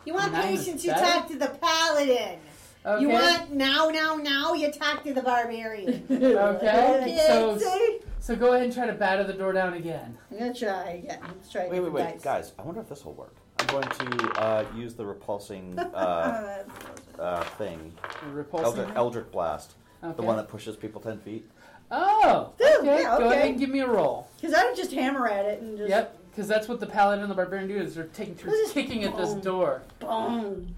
You want Nine is patience? You better. talk to the paladin. Okay. You want now, now, now? You talk to the barbarian. Okay. Kids, So, eh? so go ahead and try to batter the door down again. I'm going to try again. Let's try Wait, wait, wait, dice. guys! I wonder if this will work. I'm going to uh, use the repulsing uh, Uh, uh, thing, The repulsing. Eldritch, Eldritch Blast, Okay. the one that pushes people ten feet. Oh. Dude, okay. yeah, Go ahead okay. and give me a roll. Because I would just hammer at it and just Yep. Because that's what the paladin and the barbarian do is they're taking Let's turns just kicking at this boom. door. boom.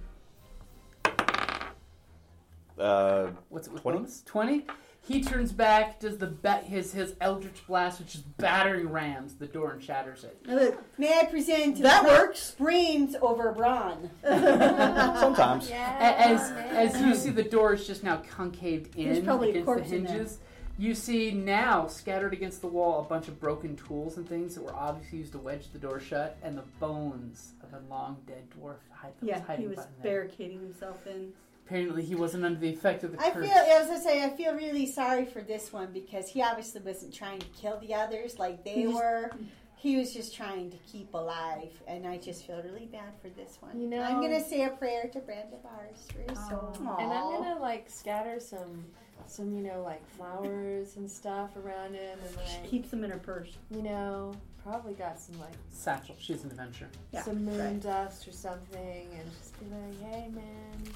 Uh, What's it? 20? Twenty. He turns back, does the bat his his eldritch blast, which is battering rams the door and shatters it. And it- May I present That works. brains over brawn? sometimes. Yeah. A- As as you see the door is just now concaved in Oh, There's probably a against the corpse in there. hinges. You see now scattered against the wall a bunch of broken tools and things that were obviously used to wedge the door shut, and the bones of a long dead dwarf hide that was Yeah, hiding he was behind there. barricading himself in. Apparently, he wasn't under the effect of the I curse. feel, as I say, I feel really sorry for this one because he obviously wasn't trying to kill the others like they were. He was just trying to keep alive, and I just feel really bad for this one. You know- um, I'm gonna say a prayer to Brenda Bars for his soul. And I'm Aw. gonna like scatter some, some you know like flowers and stuff around him, and She like keeps them in her purse. you know probably got some like Satchel, she's an adventurer. Yeah, some moon right. dust or something, and just be like, hey man,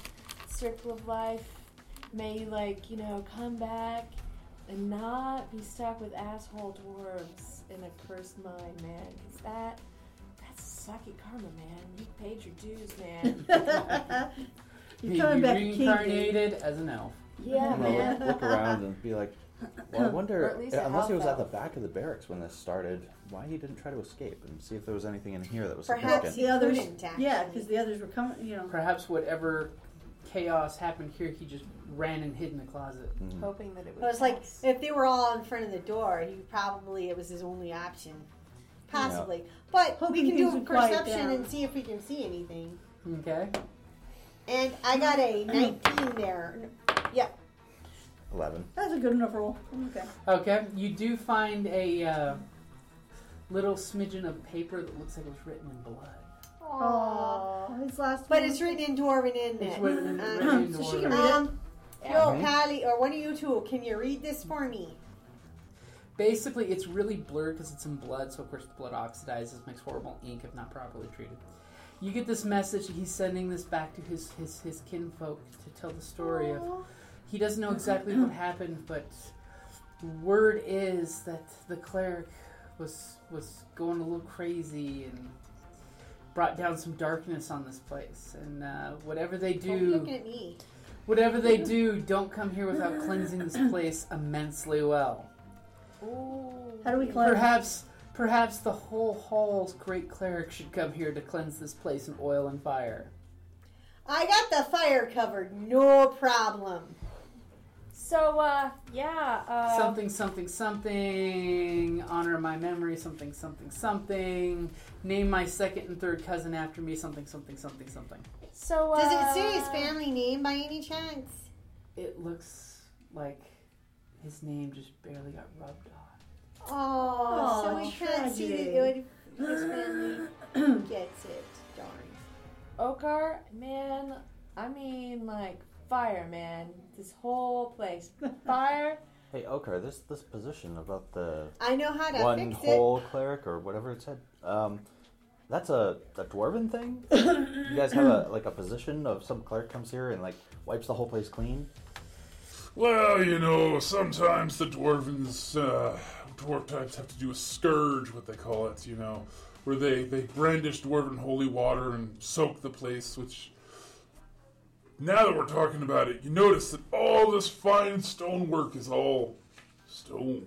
circle of life, may you like you know come back and not be stuck with asshole dwarves in a cursed mind, man, because that. That's sucky karma, man. You paid your dues, man. He's coming back to King. reincarnated as an elf. yeah, You know, man. look, look around and be like, well, I Or wonder, uh, at least a unless he was at half-elf. the back of the barracks when this started, why he didn't try to escape and see if there was anything in here that was Perhaps significant. he The others, couldn't actually. yeah, because the others were coming. You know, Perhaps whatever chaos happened here, he just ran and hid in the closet. Hoping that it I would. was like, pass. if they were all in front of the door, he probably it was his only option, possibly. But Hoping we can things do a would quiet perception down. and see if we can see anything. Okay. And I got a Mm-hmm. 19 there. Yep. 11. that's a good enough roll. Okay. Okay, you do find a uh, little smidgen of paper that looks like it was written in blood. Oh, his last. But one. it's written in Dwarven, isn't It's it? written in, Uh, written in so she dwarven. can read it. Um, yo, Mhm. Kylie, or one of you two, can you read this for me? Basically, it's really blurred because it's in blood, so of course the blood oxidizes, makes horrible ink if not properly treated. You get this message, he's sending this back to his, his, his kinfolk to tell the story of. He doesn't know exactly what happened, but word is that the cleric was was going a little crazy and brought down some darkness on this place. And uh, whatever they do. Don't be looking at me. Whatever they do, don't come here without cleansing this place immensely well. How do we climb? Perhaps, perhaps the whole hall's great cleric should come here to cleanse this place in oil and fire. I got the fire covered, no problem. So, uh, yeah. Uh, Something, something, something. Honor my memory. Something, something, something. Name my second and third cousin after me. Something, something, something, something. So, uh, Does it say his family name by any chance? It looks like his name just barely got rubbed off. Oh, so we can't see that it would, his family gets it. Darn. Okar, man, I mean, like, fire, man. This whole place. Fire. Hey, Okar, this this position about the I know how to one fix whole cleric or whatever it said. Um, that's a, a dwarven thing. you guys have a like a position of some cleric comes here and like wipes the whole place clean. Well, you know, sometimes the dwarvens, uh, dwarf types have to do a scourge, what they call it, you know, where they, they brandish dwarven holy water and soak the place, which. Now that we're talking about it, you notice that all this fine stonework is all stone.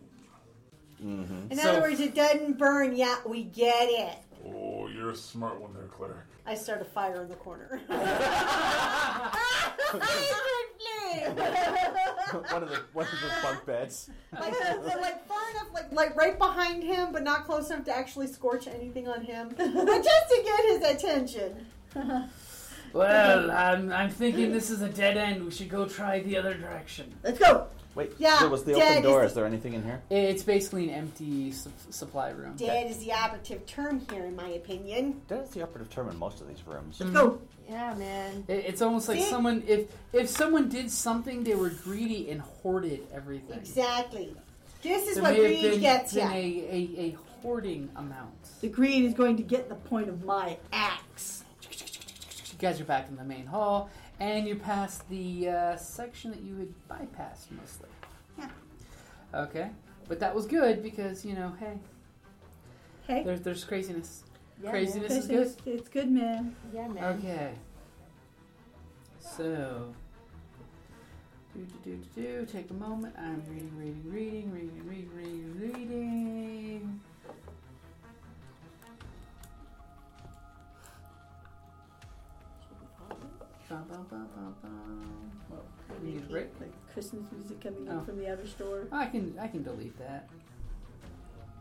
it. In So- other words, it doesn't burn yet. We get it. Oh, you're a smart one there, cleric. I start a fire in the corner. one of the one of the bunk beds. like, like far enough, like, like right behind him, but not close enough to actually scorch anything on him, but just to get his attention. Well, I'm, I'm thinking this is a dead end. We should go try the other direction. Let's go. Wait, Yeah, there was the Dad open is door. the- Is there anything in here? It's basically an empty su- supply room. Dead is the operative term here, in my opinion. That is the operative term in most of these rooms. Go. Yeah, man. It- It's almost like See? someone if if someone did something, they were greedy and hoarded everything. Exactly. This is There what may have greed been- gets been you. a, a, a hoarding amount. The greed is going to get the point of my axe. You guys are back in the main hall, and you're past the uh, section that you had bypassed mostly. Yeah. Okay, but that was good because you know, hey, Hey. there's there's craziness. Yeah, craziness is good. It's, it's good, man. Man. Yeah, man. Okay. So. Do, do, do, do, do. Take a moment. I'm reading, reading, reading, reading, reading, reading, reading. Bum, bum, bum, bum, bum. Well, we need a break. Like Christmas music coming Oh. in from the other store. I can I can delete that.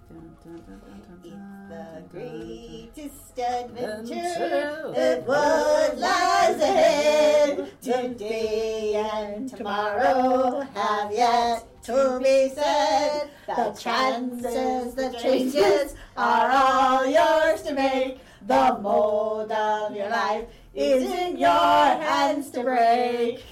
Dun, dun, dun, dun, dun, It's dun, the dun, dun, greatest dun, adventure dun. that what lies ahead today and tomorrow have yet to be said. The chances, the changes are all yours to make. The mold of your life is in your hands to break.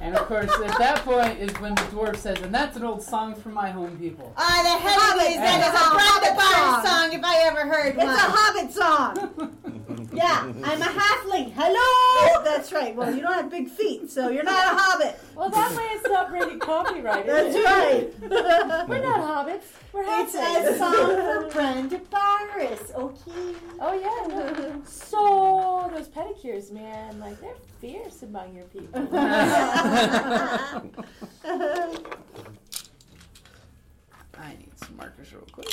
And of course, at that point is when the dwarf says, and that's an old song from my home people. Ah, the heavy is that that is is a Brenda Barnes Barnes song if I ever heard It's a Hobbit song. yeah, I'm a halfling. Hello. That's right. Well, you don't have big feet, so you're not a Hobbit. Well, that way it's not rated copyrighted. That's right. We're not hobbits. We're It's halflings. a song for Brenda Barris, okay? Oh yeah. no. So those pedicures, man, like they're fierce among your people. I need some markers real quick.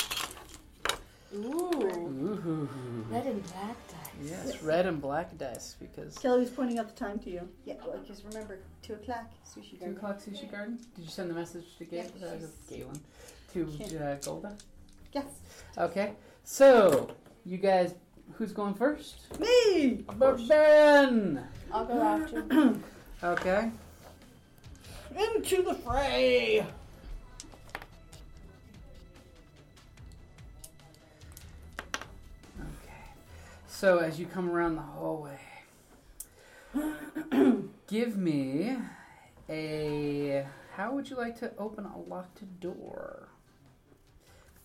Ooh, Ooh, red and black dice. yes, red and black dice because. Kelly's pointing out the time to you. Yeah, well, just remember, 2 o'clock, sushi Two garden. o'clock sushi garden. Did you send the message to Ga- Yeah, uh, she's- Galen? To uh, Golda. Yes. Okay, so you guys, who's going first? Me. Of course. Bourbon. I'll go after. Okay. Into the fray. Okay. So as you come around the hallway, give me a. How would you like to open a locked door?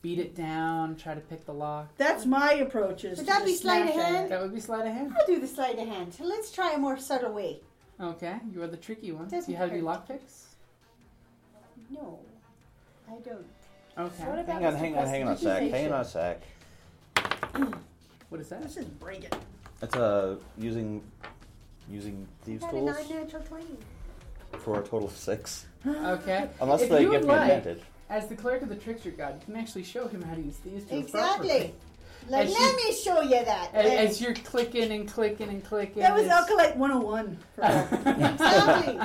Beat it down. Try to pick the lock. That's my approaches. Would to that be just sleight of smash at hand? it. That would be sleight of hand. I'll do the sleight of hand. Let's try a more subtle way. Okay, you are the tricky one. Do Doesn't you have any hurt. lockpicks? No, I don't. Okay. What about Hang on, Mr. hang on, hang on a sec. Hang on a Prestidigitation? sec. What is that? Let's just break it. It's uh, using using thieves Got a tools non-natural 20. for a total of six, Okay. unless If they you give would me like- advantage. As the clerk of the trickster god, you can actually show him how to use these tools Exactly. properly. Like, As let you- me show you that. As, as you're clicking and clicking and clicking. That was it's- Alkalite 101. For Exactly.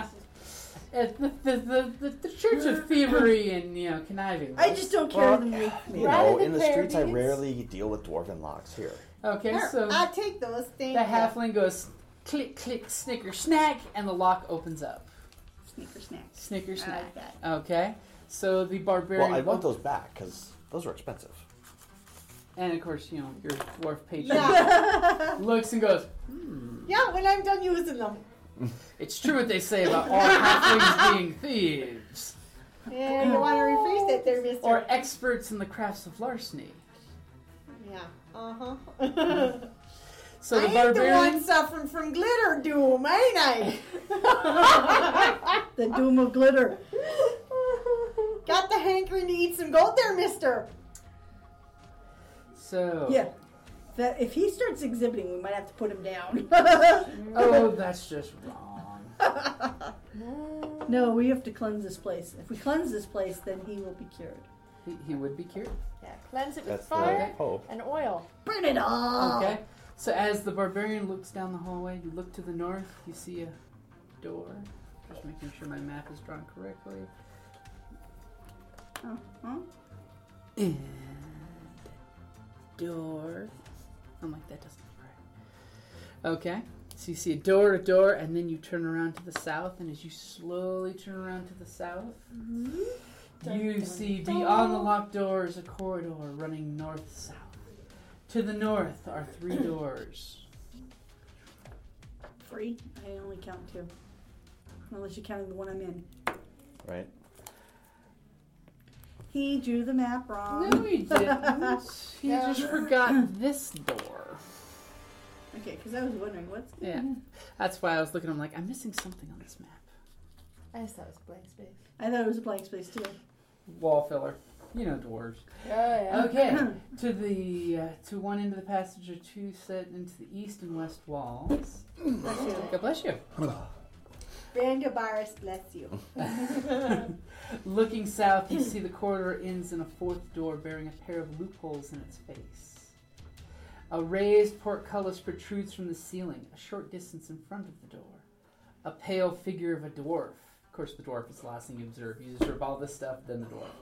it's the, the, the, the, the Church of Thievery and, you know, conniving. I just don't care them with me. You Rather know, than in the player streets, I bees. rarely deal with dwarven locks here. Okay, Here, so I take those things. the halfling goes click, click, snicker, snack, and the lock opens up. Sneaker snacks. Snicker, I snack. like that. Okay, so the barbarian. Well, I want those back because those are expensive. And of course, you know, your dwarf patron Yeah. looks and goes, yeah, when I'm done using them. It's true what they say about all halflings being thieves, Yeah, you want to rephrase that there, mister. or experts in the crafts of larceny. yeah. Uh huh. So the I ain't the one barbarian. suffering from glitter doom, ain't I? The doom of glitter. Got the hankering to eat some gold there, mister. So. Yeah. That if he starts exhibiting, we might have to put him down. Oh, that's just wrong. no, we have to cleanse this place. If we cleanse this place, then he will be cured. He, he would be cured. Yeah, cleanse it with That's fire the hope. and oil. Burn it all. Okay. So as the barbarian looks down the hallway, you look to the north, you see a door. Just making sure my map is drawn correctly. Uh-huh. And door. I'm like, that doesn't look right. Okay. So you see a door to door, and then you turn around to the south, and as you slowly turn around to the south, you see beyond the locked door is a corridor running north south. To the north are three doors. Three. I only count two. Unless you're counting the one I'm in. Right? He drew the map wrong. No, he didn't. He just forgot this door. Okay, because I was wondering what's. Yeah. That's why I was looking. I'm like, I'm missing something on this map. I just thought it was a blank space. I thought it was a blank space too. Wall filler. You know dwarves. Oh, yeah. Okay, to the uh, to one end of the passage are two set into the east and west walls. God bless you. Brandabaris, bless you. Looking south, you see the corridor ends in a fourth door bearing a pair of loopholes in its face. A raised portcullis protrudes from the ceiling, a short distance in front of the door. A pale figure of a dwarf. Of course, the dwarf is the last thing you observe. You observe all this stuff, then the dwarf.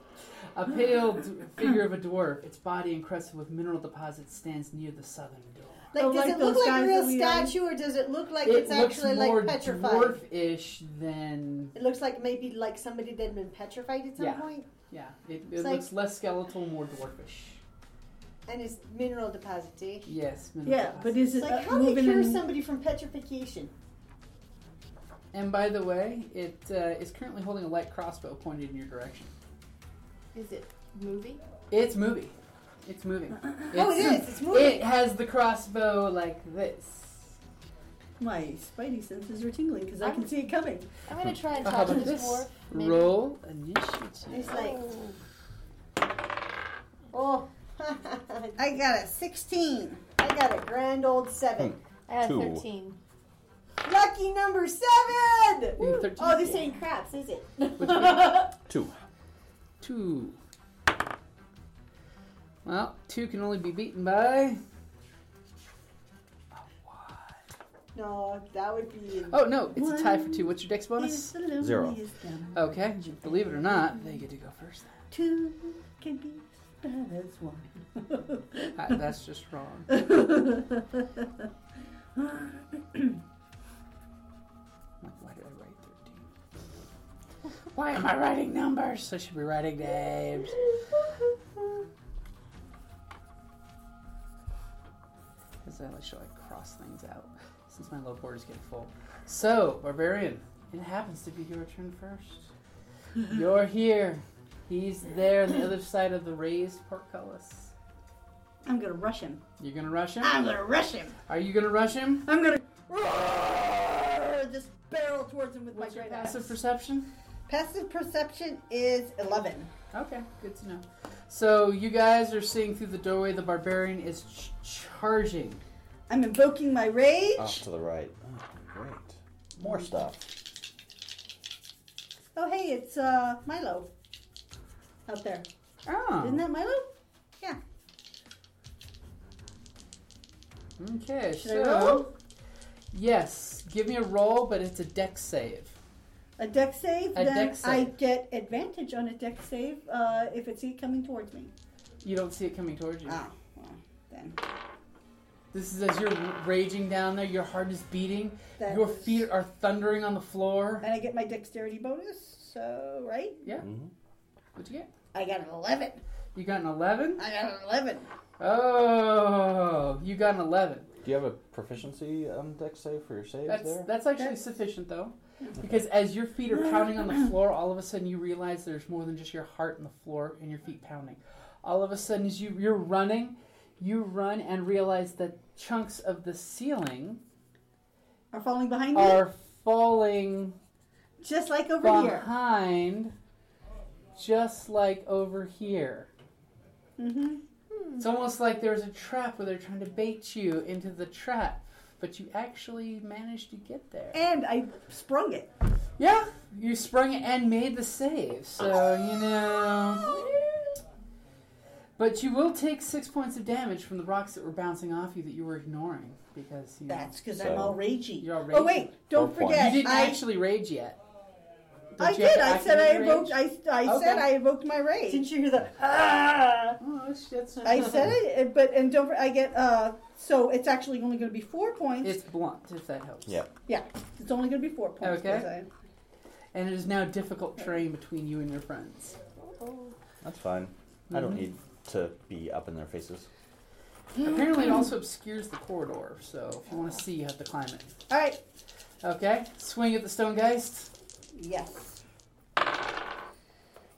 A pale d- figure of a dwarf, its body encrusted with mineral deposits, stands near the southern door. Like, Oh, does like it look like those a guys real that we are- statue, or does it look like it it's looks actually more like petrified? dwarf-ish than It looks like maybe like somebody that had been petrified at some Yeah. point, yeah. It, it It's like- looks less skeletal, more dwarfish. and it's mineral deposits. Eh? Yes. mineral Yeah, but deposits. is it It's like uh, how do you moving? cure in- somebody from petrification? and by the way, it uh, is currently holding a light crossbow pointed in your direction. Is it movie? It's moving. It's moving. Oh, it It's- is. It's moving. It has the crossbow like this. My spidey senses are tingling because I can see it coming. I'm gonna try and How talk to about this this? dwarf. maybe. Roll initiative. It's like, oh, Oh. I got a 16. I got a grand old seven. I got a Two. 13. Hmm. Lucky number seven. You have 13? Oh, this ain't craps, is it? Which means Two. two. Well, two can only be beaten by. No, that would be. Oh no, it's a tie for two. What's your dex Is bonus? the loneliest Zero. number. Okay, believe it or not, they get to go first. Then. Two can be as one. Uh, That's just wrong. Like, why did I write 13? Why am I writing numbers? I should be writing names. Because I like should like cross things out since my low board is getting full. So, barbarian, it happens to be your turn first. You're here. He's there on the other side of the raised portcullis. I'm gonna rush him. You're gonna rush him? I'm gonna rush him. Are you gonna rush him? I'm gonna roar, just barrel towards him with What's my your great axe. passive perception? Passive perception is 11. Okay, good to know. So you guys are seeing through the doorway. The barbarian is ch- charging. I'm invoking my rage. Off to the right. Oh, great. More stuff. Oh, hey, it's uh, Milo out there. Oh, Isn't that Milo? Okay, Should I so. roll? Yes, give me a roll, but it's a deck save. A deck save, A then dex I save. get advantage on a deck save uh, if it's he coming towards me. You don't see it coming towards you. Ah, well, then. This is as you're raging down there, your heart is beating, That your was- feet are thundering on the floor. And I get my dexterity bonus, so, right? Yeah. Mm-hmm. What'd you get? I got an 11. You got an 11? I got an 11. Oh, you got an 11. Do you have a proficiency um, deck save for your saves That's there? that's actually sufficient though, because as your feet are pounding on the floor, all of a sudden you realize there's more than just your heart on the floor and your feet pounding. All of a sudden, as you you're running, you run and realize that chunks of the ceiling Are falling behind me? are falling Just like over here. behind, just like over here. Mm-hmm. It's almost like there's a trap where they're trying to bait you into the trap, but you actually managed to get there. And I sprung it. Yeah, you sprung it and made the save, so you know. But you will take six points of damage from the rocks that were bouncing off you that you were ignoring because you, That's because So- I'm all ragey. You're all Oh, ragey. wait, don't Four points. you forget. didn't I, actually rage yet. Don't I you have did. to I said I activate your evoked. I, I Okay. said I evoked my rage. Didn't you hear the ah? Oh, that's, that's not I said it, but and don't. I get uh. So it's actually only going to be four points. It's blunt, if that helps. Yeah. yeah, it's only going to be four points. Okay. 'cause I- And it is now difficult terrain between you and your friends. That's fine. I Mhm. don't need to be up in their faces. Apparently, it also obscures the corridor, so if you want to see, you have to climb it. all right. Okay, swing at the stone geist. Yes.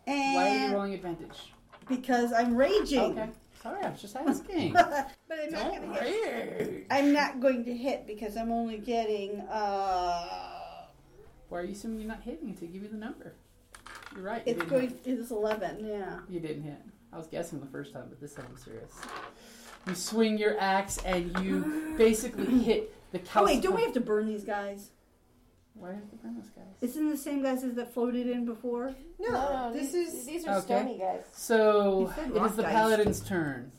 Why are you And rolling advantage? because I'm raging, Okay, sorry, I was just asking. but I'm not, Don't gonna hit. rage. I'm not going to hit because I'm only getting uh. Why are you assuming you're not hitting until I give you the number? You're right. You It's didn't going. hit. It's eleven. Yeah. You didn't hit. I was guessing the first time, but this time I'm serious. You swing your axe and you basically hit the Oh calcifer- wait, don't we have to burn these guys? Why is the burn those guys? Isn't it the same guys as that floated in before? No, this these, is these are Okay. stony guys. So You said it rock is the guys. paladin's turn.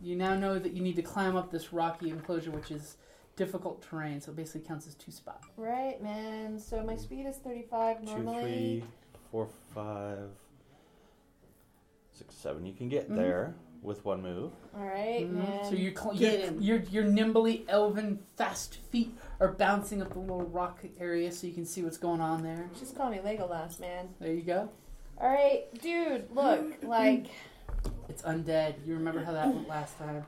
You now know that you need to climb up this rocky enclosure, which is difficult terrain. So it basically counts as two spot. Right, man. So my speed is 35 Two, normally. three, four, five, six, seven. You can get Mm-hmm. there with one move. All right, man. Mm-hmm. So you cl- Get your, him. your your nimbly elven fast feet are bouncing up the little rock area, so you can see what's going on there. Just call me Legolas, man. There you go. All right, dude. Look, like It's undead. You remember how that went last time?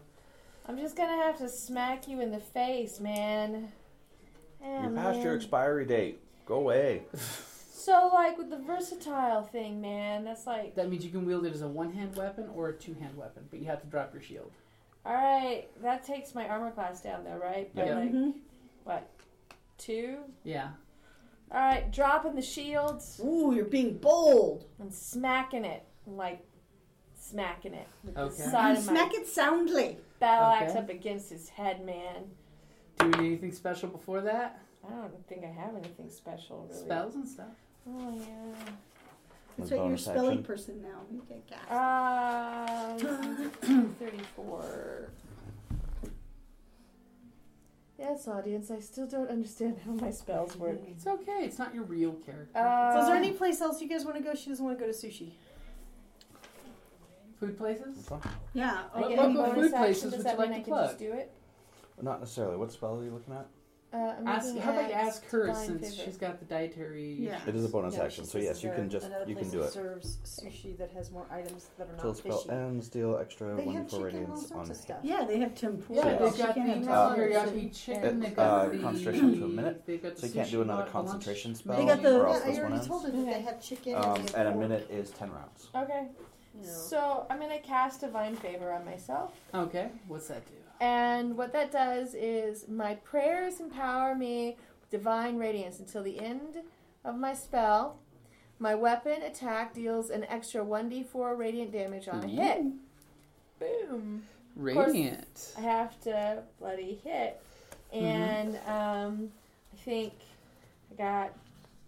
I'm just gonna have to smack you in the face, man. Yeah, You're past your man. expiry date. Go away. So, like with the versatile thing, man, that's like, That means you can wield it as a one hand weapon or a two hand weapon, but you have to drop your shield. all right, that takes my armor class down, though, right? By Yeah. like what, two? Yeah. All right, dropping the shields Ooh, you're being bold. and smacking it, like smacking it with Okay. the side of my Smack it soundly. battle Okay. axe up against his head, man. Do you need anything special before that? I don't think I have anything special, really. Spells and stuff. Oh yeah. That's right, And you're a bonus spelling action. person now. You get gas. Uh, 34. Yes, audience, I still don't understand how my spells work. It's okay. It's not your real character. Uh, So is there any place else you guys want to go? She doesn't want to go to sushi. Food places. yeah. I What get local any bonus food action? places Does would that you like mean to I can just plug? do it? Not necessarily. What spell are you looking at? Uh, I'm Ask, looking how about at you ask her divine since favor. she's got the dietary? Yeah. It is a bonus No, action, she so says yes, you there can just another you can place do that it. serves sushi that has more items that are Till not spell fishy. ends, deal extra They one have for chicken and all radiance on sorts of hit. stuff. Yeah, they have tempura. Yeah, Yeah. they've got the and uh, tacos. teriyaki chicken. They've It's, got uh, the concentration to a minute, they've got the so you can't sushi do another at lunch. concentration No, spell They got the- or Yeah, else I this one already ends. told her that they have chicken. Um, and they have and a pork. minute is ten rounds. Okay. No. So I'm going to cast Divine Favor on myself. Okay, what's that do? And what that does is my prayers empower me with divine radiance until the end of my spell. My weapon attack deals an extra 1d4 radiant damage on a hit. Boom. course- Radiant. I have to bloody hit. And um, I think I got.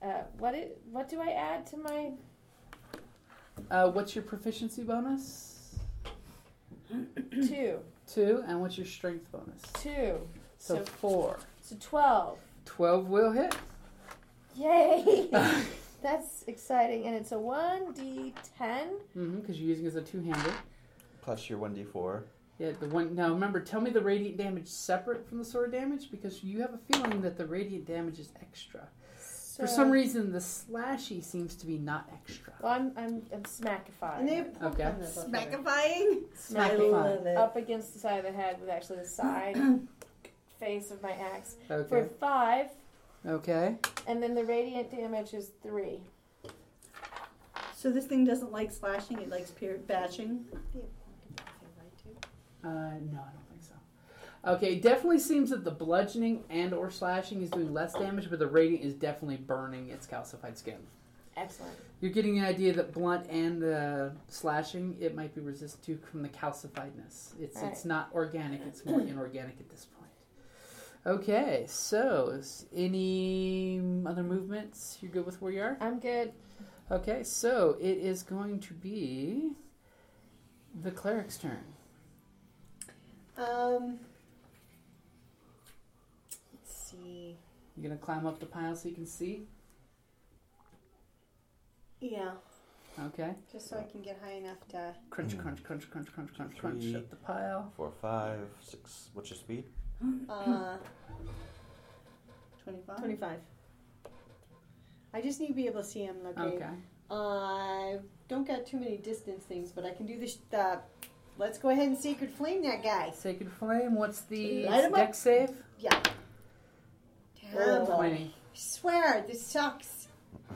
Uh, what, it, what do I add to my. Uh, what's your proficiency bonus? Two. Two, and what's your strength bonus? Two. So So, four. so 12. Twelve will hit. Yay! That's exciting. And it's a 1d10. Mm-hmm, because you're using it as a two-hander. Plus your 1d4. Yeah, the one. Now remember, tell me the radiant damage separate from the sword damage because you have a feeling that the radiant damage is extra. So, For some reason, the slashy seems to be not extra. Well, I'm, I'm, I'm smackified. And they have Okay. smackifying. I love Smackified. it. Up against the side of the head with actually the side face of my axe for Okay. five. Okay. And then the radiant damage is three. So this thing doesn't like slashing; it likes peer- bashing. Uh, no, I don't think so. Okay, definitely seems that the bludgeoning and or slashing is doing less damage, but the radiant is definitely burning its calcified skin. Excellent. You're getting the idea that blunt and uh, slashing it might be resistant to from the calcifiedness. It's it's Right. not organic; it's more inorganic at this point. Okay, so is any other movements? You're good with where you are. I'm good. Okay, so it is going to be the cleric's turn. Um, Let's see. You're gonna climb up the pile so you can see. yeah, Okay, just so I can get high enough to. crunch, crunch, crunch, crunch, crunch, crunch, crunch Hmm. Three. up the pile. 4, 5, 6. What's your speed? Uh, Twenty-five. 25. I just need to be able to see him. Okay. Okay. I don't got too many distance things, but I can do this. The, let's go ahead and secret flame that guy. Sacred flame. What's the Light 'em up. deck save? Yeah. Terrible. I Twenty. swear, this sucks.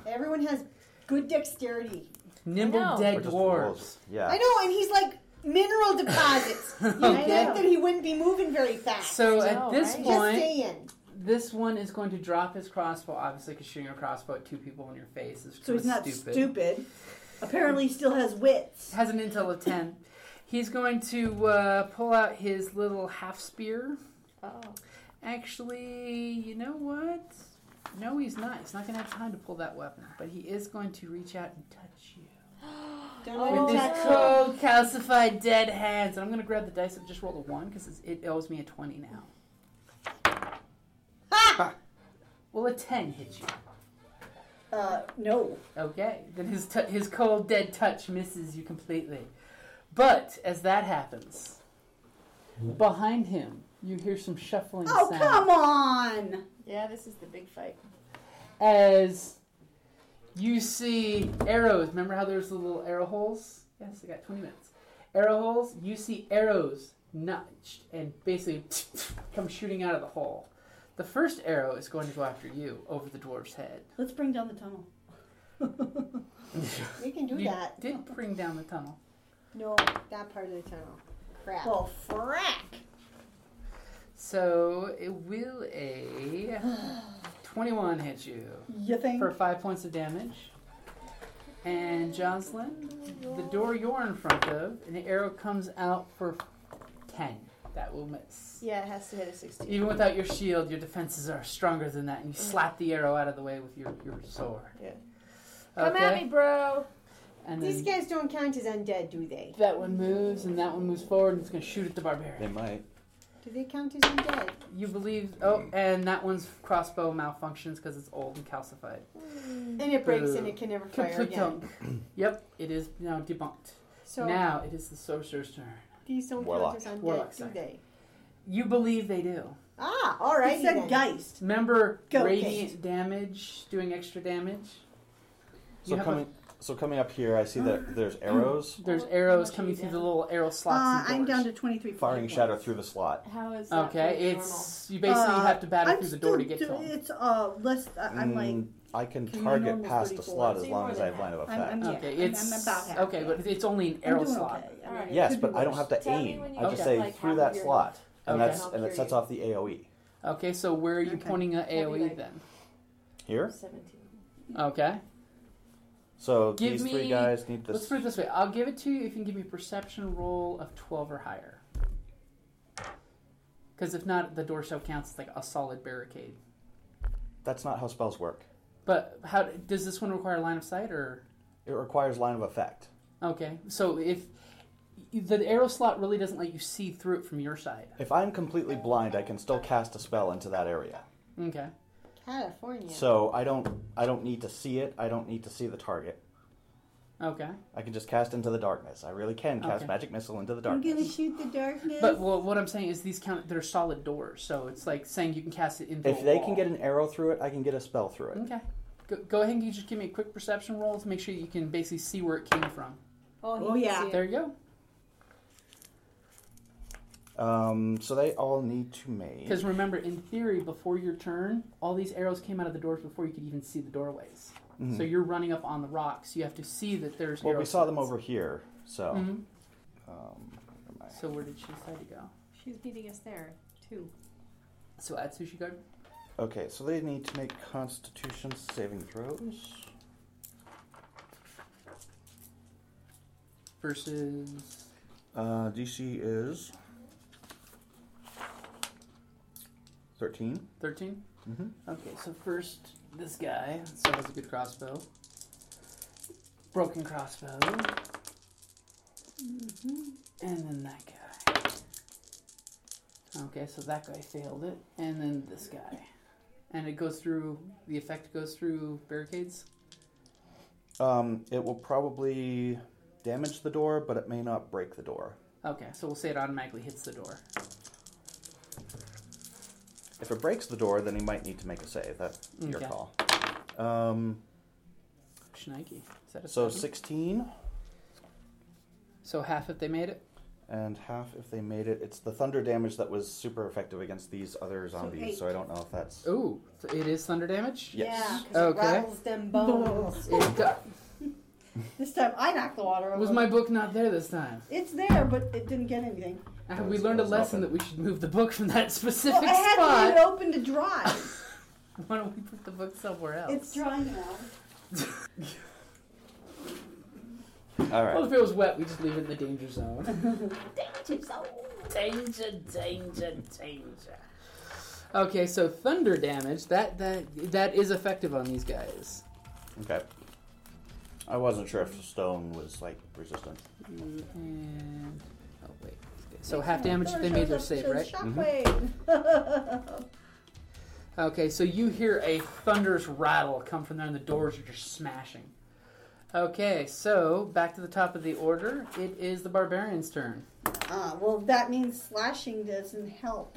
Everyone has good dexterity. Nimble No. dead Or just dwarves. rolls? Yeah. I know, and he's like mineral deposits. You'd Uh. Okay. think that he wouldn't be moving very fast. So I at know, this right? just point, saying. this one is going to drop his crossbow, obviously, because shooting a crossbow at two people in your face is So he's kinda not stupid. Apparently, he still has wits. Has an intel of 10. He's going to uh, pull out his little half spear. Oh. Actually, you know what? No, he's not. He's not going to have time to pull that weapon, but he is going to reach out and touch you. Don't Oh, With let him his touch no. you. cold, calcified, dead hands. And I'm going to grab the dice that just rolled a 1 because it owes me a 20 now. Ha! Well, a 10 hits you. Uh, no. Okay, then his t- his cold dead touch misses you completely. But as that happens, behind him you hear some shuffling Oh sound come on! Yeah, this is the big fight. as you see arrows. Remember how there's the little arrow holes? Yes, I got 20 minutes. Arrow holes. You see arrows notched and basically come shooting out of the hole. The first arrow is going to go after you over the dwarf's head. Let's bring down the tunnel. We can do you that. did bring down the tunnel. No, that part of the tunnel. Crap. Well, frack! So it will a 21 hit you You think? for five points of damage. And Jocelyn, the door you're in front of, and the arrow comes out for 10. That will miss. Yeah, it has to hit a 16. Even without your shield, your defenses are stronger than that, and you slap the arrow out of the way with your, your sword. Yeah. Okay? Come at me, bro. And These then guys don't count as undead, do they? that one moves, and that one moves forward, and it's going to shoot at the barbarian. They might. Do they count as undead? You believe. Oh, and that one's crossbow malfunctions because it's old and calcified. And it breaks and it can never fire again. Kaplutunk. Yep, it is now debunked. So now it is the sorcerer's turn. these don't Warlock. count as undead, Warlock, do sorry. they? You believe they do. Ah, all right. He said Geist. Remember Go, radiant damage doing extra damage? You So have coming, so coming up here, I see that there's arrows a, there's How arrows much are coming you through the down? little arrow slots. Uh, and I'm doors. down to 23. firing points. shadow through the slot. How is that? Okay, really it's you basically Uh, have to battle I'm through the door to still get to do- them. It's uh, less. I- I'm like, Mm, I can Can you target normal past the 34? slot as See, long more as I than have line of I'm, I'm, effect. yeah, okay, I'm- it's I'm about half. okay, but it's only an arrow I'm doing slot. okay. Alright. it Yes, could be but I don't worse. have to Tell me aim. when you I just get, say like, half through of that your- slot, and Okay. that's and it sets off the E. AOE Okay, so where are you Okay. pointing at Heavy AOE light. E then? here. normal? 17. Okay, So Give these three me- guys need let's this. put it this way. I'll give it to you if you can give me a perception roll of twelve or higher. Because if not, the door show counts as like a solid barricade. That's not how spells work. But how does this one require line of sight or? It requires line of effect. Okay, so if the arrow slot really doesn't let you see through it from your side. If I'm completely blind, I can still cast a spell into that area. Okay. California. So I don't I don't need to see it. I don't need to see the target. Okay. I can just cast into the darkness. I really can cast Okay. magic missile into the I'm darkness. gonna shoot the darkness. But well, what I'm saying is these count. They're solid doors, so it's like saying you can cast it into. If a they wall. can get an arrow through it, I can get a spell through it. Okay. Go, go ahead and you just give me a quick perception roll to make sure you can basically see where it came from. Oh, he Oh, can yeah. see it. There you go. Um, so they all need to make. Because remember, in theory, before your turn, all these arrows came out of the doors before you could even see the doorways. So you're running up on the rocks. You have to see that there's. Mm-hmm. Well, arrow we saw them slits. over here, so So where did she decide to go? She's meeting us there too. So at Sushi Garden. okay. So they need to make Constitution saving throws. versus Uh, DC is thirteen. 13? Mm-hmm. Okay, so first, this guy. So has a good crossbow. Broken crossbow. Mm-hmm. And then that guy. Okay, so that guy failed it. And then this guy. And it goes through, the effect goes through barricades? Um, it will probably damage the door, but it may not break the door. Okay, so we'll say it automatically hits the door. If it breaks the door, then he might need to make a save. That's your Okay. call. Um, Shnikey. Is that a so seven? sixteen. So half if they made it? And half if they made it. It's the thunder damage that was super effective against these other zombies, so, I don't know if that's. Ooh, so it is thunder damage? Yes. Yeah, 'cause it Okay. rattles them bones. It do- This time I knocked the water over. was my book not there this time? It's there, but it didn't get anything. Uh, That we was- learned a that was lesson that nothing. we should move the book from that Well, specific I had to leave it spot. open to dry. Why don't we put the book somewhere else? it's dry now. All well, right. if it was wet, we just leave it in the danger zone. Danger, danger, danger. okay, so thunder damage that that that is effective on these guys. Okay. I wasn't sure if stone was like resistant. And oh wait, so half damage if they made their save, right? Mm-hmm. Shockwave. Okay, so you hear a thunderous rattle come from there, and the doors are just smashing. Okay, so back to the top of the order. It is the barbarian's turn. Ah, well, that means slashing doesn't help.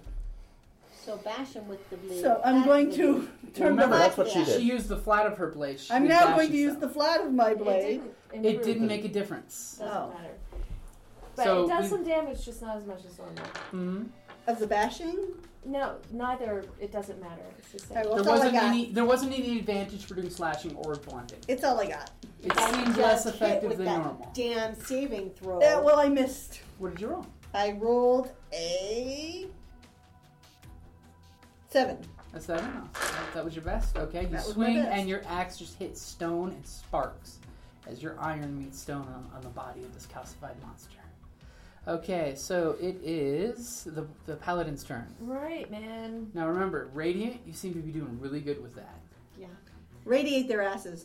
So bash him with the blade. So I'm going to turn Remember, the that's what she She did. used the flat of her blade. She I'm didn't now dash going to herself. use the flat of my blade. didn't It improve. didn't make a difference. Doesn't Oh. matter. But So it does you- some damage, just not as much as normal. hmm Of the bashing? No, neither. It doesn't matter. It's the same. Alright, well, There it's all I wasn't got. any. There wasn't any advantage for doing slashing or blinding. It's all I got. It I seemed less just hit effective with than that normal. Damn saving throw. Yeah, well, I missed. What did you roll? I rolled a seven. A seven. Oh, that- That was your best. Okay, you That was my swing best. and your axe just hits stone and sparks as your iron meets stone on, on the body of this calcified monster. Okay, so it is the the paladin's turn. Right, man. Now remember, radiant. You seem to be doing really good with that. Radiate their asses.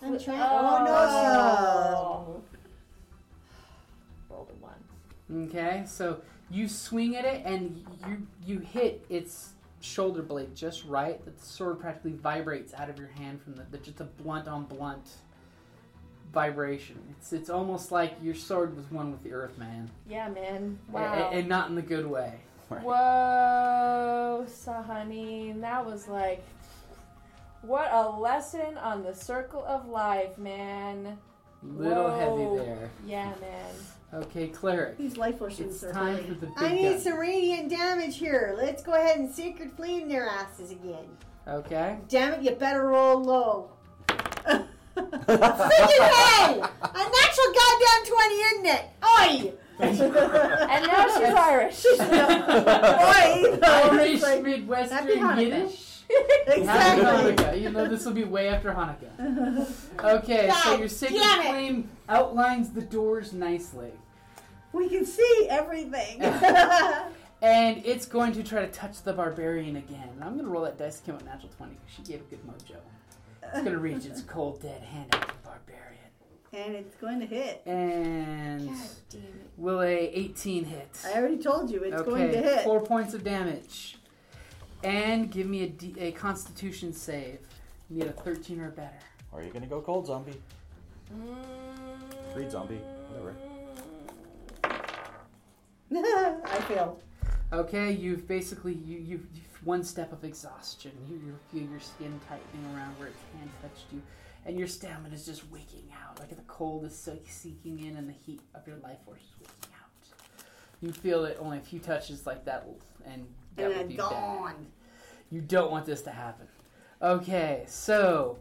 I'm trying. Oh. Oh, no. Rolled a one. Okay, so you swing at it and you you hit its shoulder blade just right that the sword practically vibrates out of your hand from the, the just a blunt on blunt vibration. It's it's almost like your sword was one with the earth, man. Yeah, man. A- a- Wow. And, not in the good way. Whoa, Sahani, that was like, what a lesson on the circle of life, man. Little Whoa. heavy there. Yeah, man. Okay, cleric. These life It's forces are time for hurting. the big I need guns. some radiant damage here. Let's go ahead and sacred flame their asses again. Okay. Damn it, you better roll low. Freaking hey! A natural goddamn 20, isn't it? Oi! And now she's Irish. Boy, Irish it's like- Happy Midwestern Hanukkah. Yiddish. Happy exactly. Hanukkah. You know, this will be way after Hanukkah. Okay, so God your sacred damn it. flame outlines the doors nicely. We can see everything. And it's going to try to touch the barbarian again. And I'm going to roll that dice to come out natural 20 because she gave a good mojo. It's going to reach its cold, dead hand out to the barbarian. and it's going to hit. And Damn it. Will a 18 hit? I already told you it's okay, going to hit. four points of damage. And give me a, D- a Constitution save. Need a 13 or better. Or are you gonna go cold zombie? Free zombie, whatever. I failed. Okay, you've basically you you've, you've one step of exhaustion. You you feel your skin tightening around where its hand touched you, and your stamina is just waking out. Like the cold is so- seeking in, and the heat of your life force is waking out. You feel it only a few touches like that, and that And would then be bad. gone. You don't want this to happen. Okay, so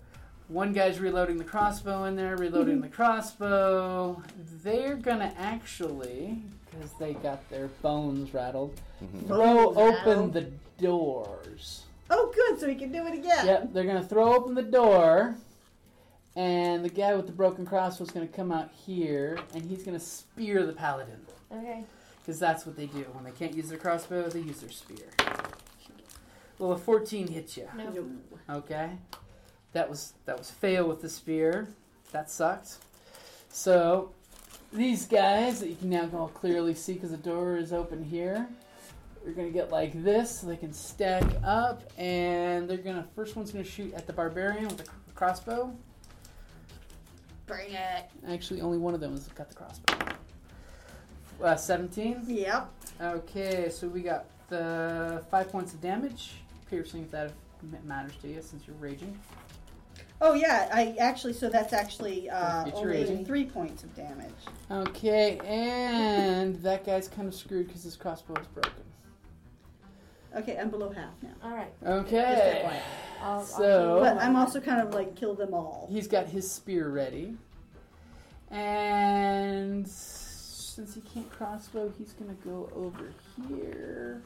one guy's reloading the crossbow in there, reloading the crossbow. They're gonna actually, because they got their bones rattled, throw Bones open rattled. the doors. Oh, good. So we can do it again. Yep, they're gonna throw open the door, and the guy with the broken crossbow's gonna come out here, and he's gonna spear the paladin. Okay. Because that's what they do. When they can't use their crossbow, they use their spear. Well, a 14 hits you. No. Okay. That was that was fail with the spear. That sucked. So these guys that you can now all clearly see because the door is open here. You're gonna get like this. So they can stack up, and they're gonna first one's gonna shoot at the barbarian with a cr- crossbow. Bring it. Actually, only one of them has got the crossbow. Uh, 17. Yep. Okay, so we got the five points of damage, piercing if that m- matters to you since you're raging. Oh yeah. I actually. So that's actually uh, It's your only agent. three points of damage. Okay, and that guy's kind of screwed because his crossbow is broken. Okay, I'm below half now. All right. Okay, I'll, So- I'll But I'm also kind of like kill them all. he's got his spear ready, and since he can't crossbow, he's gonna go over here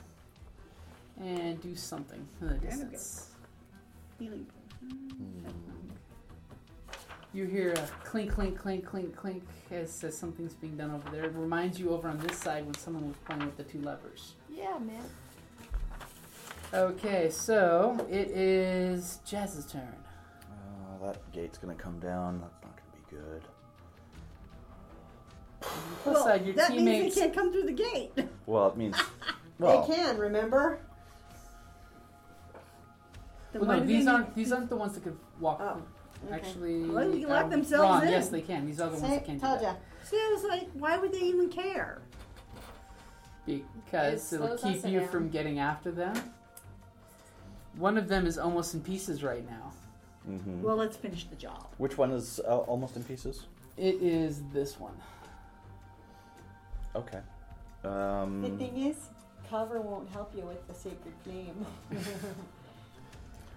and do something in the distance. Healing. You hear a clink, clink, clink, clink, clink as, as something's being done over there. It reminds you over on this side when someone was playing with the two levers. Yeah, man. Okay, so it is Jazz's turn. Uh, that gate's gonna come down. That's not gonna be good. Plus Well, side, your that means teammates. they can't come through the gate. Well, it means. Well, They can, remember? Then why well, no, do these they- aren't these aren't the ones that could walk. Oh, through. Actually, Well, they can lock I'm themselves wrong. in. Yes, they can. These are the ones Say, that can't. do told ya. that. See, I was like, why would they even care? Because It it'll slows keep us you down. from getting after them. One of them is almost in pieces right now. Well, let's finish the job. mm-hmm. which one is uh, almost in pieces? It is this one. Okay. Mm-hmm. The Um, thing is, cover won't help you with the sacred flame.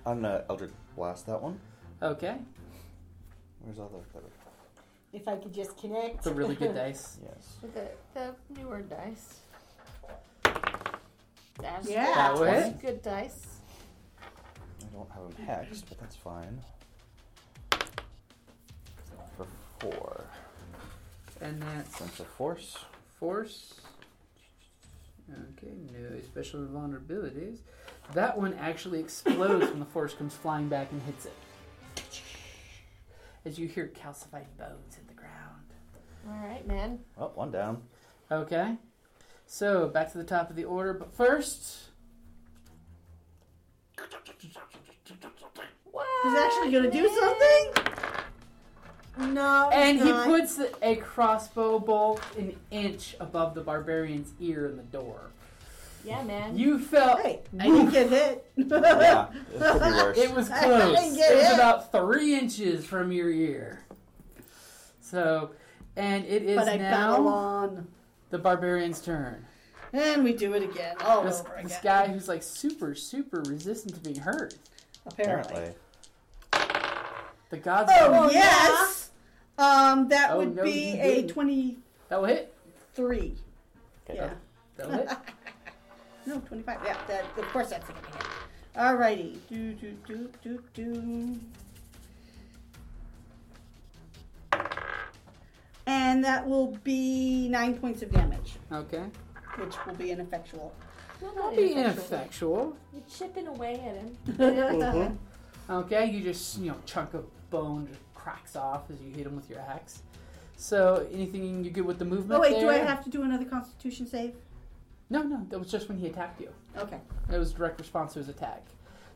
I'm gonna Eldritch Blast that one. Okay, Where's all the clever? if I could just connect. it's a really good dice. Yes. With the, the newer dice. That's Yeah. That good. way. Good dice. I don't have them hexed, but that's fine. For four. And that's Sense of force. force. Okay, no special vulnerabilities. That one actually explodes when the force comes flying back and hits it. As you hear calcified bones hit the ground. All right, man. Oh, one down. Okay, so back to the top of the order, but first. He's actually gonna do something? No. And it's he not. puts a crossbow bolt an inch above the barbarian's ear in the door. Yeah, man. You felt Hey, I I didn't get hit. Yeah, Ah, it could be worse. It was I didn't close. It was get it. about three inches from your ear. So, and it is but I battle now on. the barbarian's turn. And we do it again. All This, over this again. guy who's like super, super resistant to being hurt. apparently. Apparently. The gods. Oh, yes! Um, that Oh, would no, be you a didn't. 23. That will hit. Yeah. That will hit. No, 25. Yeah, that, of course that's going to hit. Alrighty. Do, do, do, do, do. And that will be nine points of damage, Okay. which will be ineffectual. Not That'll be ineffectual. You're chipping away at him. Okay, you just you know chunk of bone just cracks off as you hit him with your axe. So anything you're good with the movement? Oh wait, there? do I have to do another Constitution save? No, no. That was just when he attacked you. Okay. That was direct response to his attack.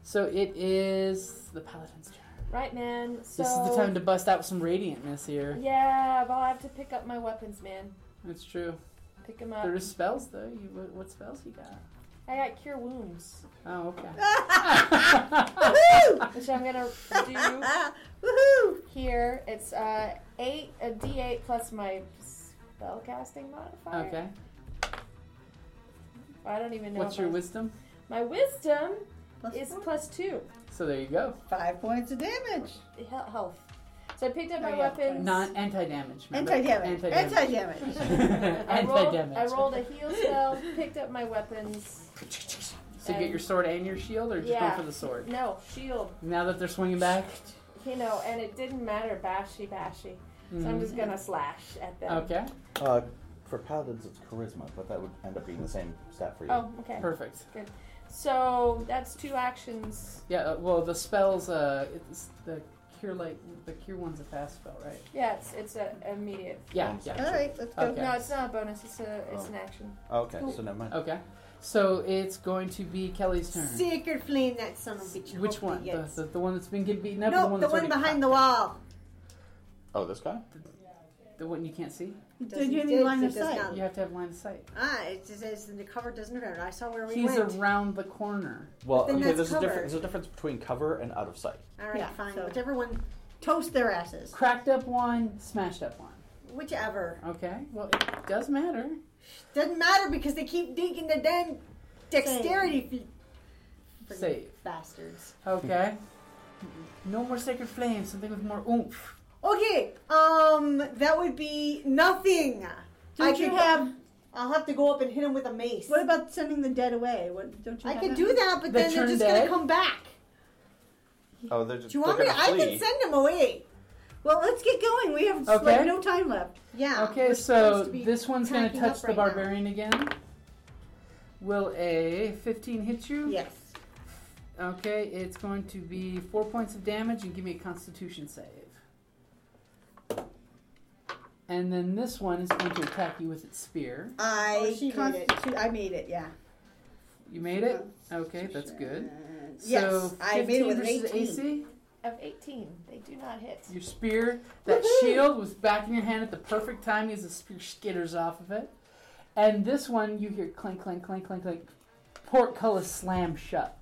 So it is the paladin's turn. Right, man. So This is the time to bust out some radiantness here. Yeah, but I'll have to pick up my weapons, man. That's true. Pick them up. There is spells though. You, what, what spells you got? I got cure wounds, Oh, okay. Woohoo! which I'm gonna do Woohoo! here. It's uh eight a D8 plus my spellcasting modifier. Okay. I don't even know. What's if your I- wisdom? My wisdom Plus is four. plus two So there you go. Five points of damage. he- health. So I picked up Oh, my yeah. weapons. Non anti-damage. remember? Anti-damage. Anti-damage. Anti-damage. I rolled, Anti-damage. I rolled a heal spell, picked up my weapons. So get your sword and your shield, or just Yeah. go for the sword. No, shield. Now that they're swinging back. You know, and it didn't matter, bashy, bashy. So I'm just gonna slash at them. Mm-hmm. Okay. Uh, for paladins, it's charisma, but that would end up being the same stat for you. Oh, okay. Perfect. So that's two actions. Yeah. uh, Well, the spells. Uh, it's the cure light. The cure one's a fast spell, right? Yeah, it's it's a immediate. Yeah. All Yeah. right, let's go. Okay. No, it's not a bonus. It's a it's Oh. an action. Oh, Okay, so never mind. Okay. So it's going to be Kelly's Hmm. turn. Sacred flame, that son of a bitch. Which hopefully one? The, gets- the, the one that's been getting beaten up? or no, the one, the that's one already behind the cracked? wall. Oh, this guy? The one you can't see. Did you have any Does- line of does sight? not- You have to have line of sight. Ah, it just says the cover doesn't matter. I saw where we He's went. around the corner. Well, Then okay, that's there's a, covered. difference, there's a difference between cover and out of sight. All right, Yeah, fine. so- Whichever one, Toast their asses. Cracked up one, smashed up one. whichever Okay. Well, it does matter. doesn't matter because they keep digging the damn dexterity feet. Save. bastards. Okay. No more sacred flame. Something with more oomph. Okay, um, that would be nothing. I Don't you could- have? I'll have to go up and hit him with a mace. What about sending the dead away? What don't you? I have could that? do that, but They then they're turn just dead? gonna come back. Oh, they're just Do you want me? they're to- I gonna can flee. send him away. Well, let's get going. We have Okay. like no time left. Yeah. Okay, we're so supposed to be this one's going to packing up touch the right now. barbarian again. Will a 15 hit you? Yes. Okay, it's going to be four points of damage and give me a constitution save. And then this one is going to attack you with its spear. I Oh, she made it. constitu- I made it. Yeah. You made it? Okay, that's good. Yes, so I made it 15 with an versus 18. AC. Of 18, they do not hit. Your spear, that Woohoo! shield was back in your hand at the perfect time as the spear skitters off of it. And this one, you hear clink, clink, clink, clink, clink. Portcullis slam shut.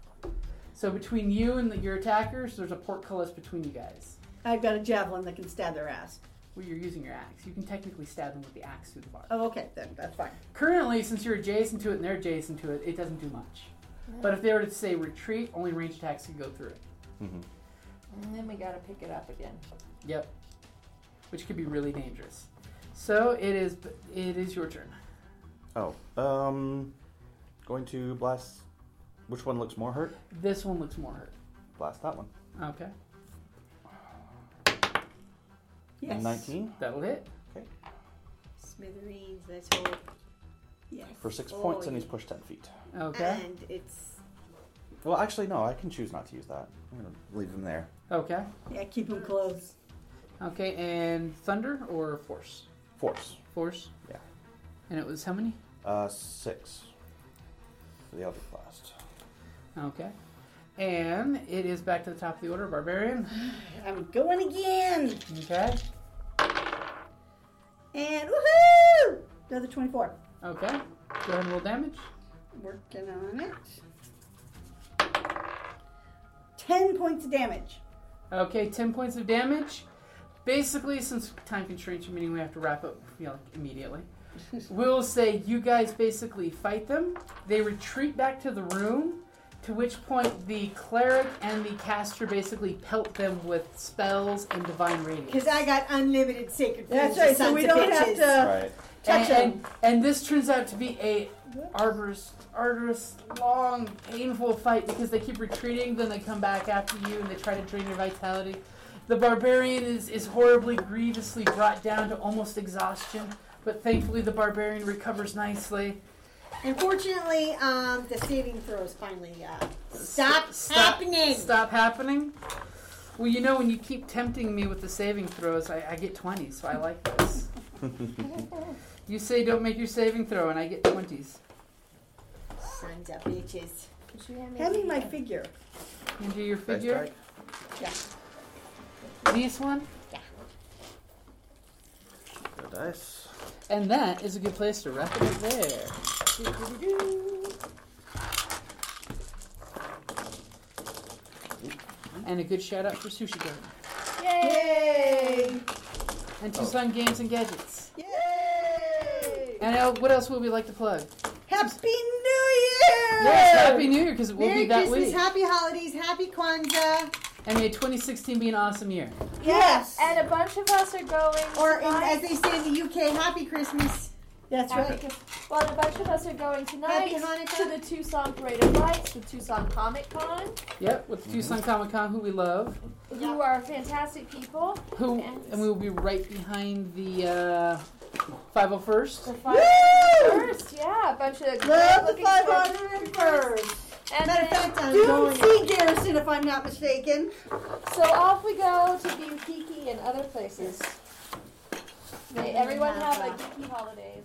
So between you and the, your attackers, there's a portcullis between you guys. I've got a javelin that can stab their ass. Well, you're using your axe. You can technically stab them with the axe through the body. Oh, okay. Then that's fine. Currently, since you're adjacent to it and they're adjacent to it, it doesn't do much. But if they were to say retreat, only range attacks can go through it. And then we gotta pick it up again. Yep. Which could be really dangerous. So it is. It is your turn. Oh, um, going to blast. Which one looks more hurt? This one looks more hurt. Blast that one. Okay, Yes. Nineteen that'll hit. Smithereens. Let's hope. Yes. for six Oh, points, and yeah. he's pushed ten feet. Oh, Okay, And it's Well, actually, no, I can choose not to use that. I'm gonna leave him there. okay, Yeah. Keep them close. okay. And thunder or force? Force. Force. Yeah. And it was how many? Uh, six. For the Eldritch Blast. Okay. And it is back to the top of the order, barbarian. I'm going again. Okay. And woohoo! Another twenty-four. Okay. Go ahead and roll damage. Working on it. Ten points of damage. Okay, 10 points of damage. Basically, since time constraints are meaning we have to wrap up you know, immediately, we'll say you guys basically fight them. They retreat back to the room, to which point the cleric and the caster basically pelt them with spells and divine radiance. because I got unlimited sacred. That's flames, right. you So sons we of don't bitches. have to. Right. And, touch them. and, and this turns out to be a arduous, arduous, long, painful fight because they keep retreating, then they come back after you and they try to drain your vitality. The barbarian is, is horribly, grievously brought down to almost exhaustion, but thankfully the barbarian recovers nicely. Unfortunately, um, the saving throws finally uh, stop, happening. Stop happening. Well, you know, when you keep tempting me with the saving throws, I, I get 20s, so I like this. you say don't make your saving throw, and I get 20s. Sons of bitches. Could you hand me Hand me the- my figure. You do your figure. Yeah. This one. The dice. And that is a good place to wrap it up there. And a good shout out for Sushi Garden Yay! and Tucson Games and Gadgets. Yay! And uh, what else would we like to plug? Happy New Year! Yes, Happy New Year because it will Merry be that Christmas, week. happy holidays, happy Kwanzaa. and may 2016 be an awesome year. Yes. And a bunch of us are going. Or in, tonight. as they say in the UK, happy Christmas. That's right. Happy- Well, and a bunch of us are going tonight Happy Hanukkah. to the Tucson Parade of Lights, the Tucson Comic Con. Yep, with Tucson Comic Con, who we love, You are fantastic people. who, Yes. and we will be right behind the uh, 501st. The five first, yeah, a bunch of Love the looking 501st. And Matter of then, fact, I'm Don't going. see Garrison if I'm not mistaken. so off we go to be geeky and other places. May everyone have a geeky holidays.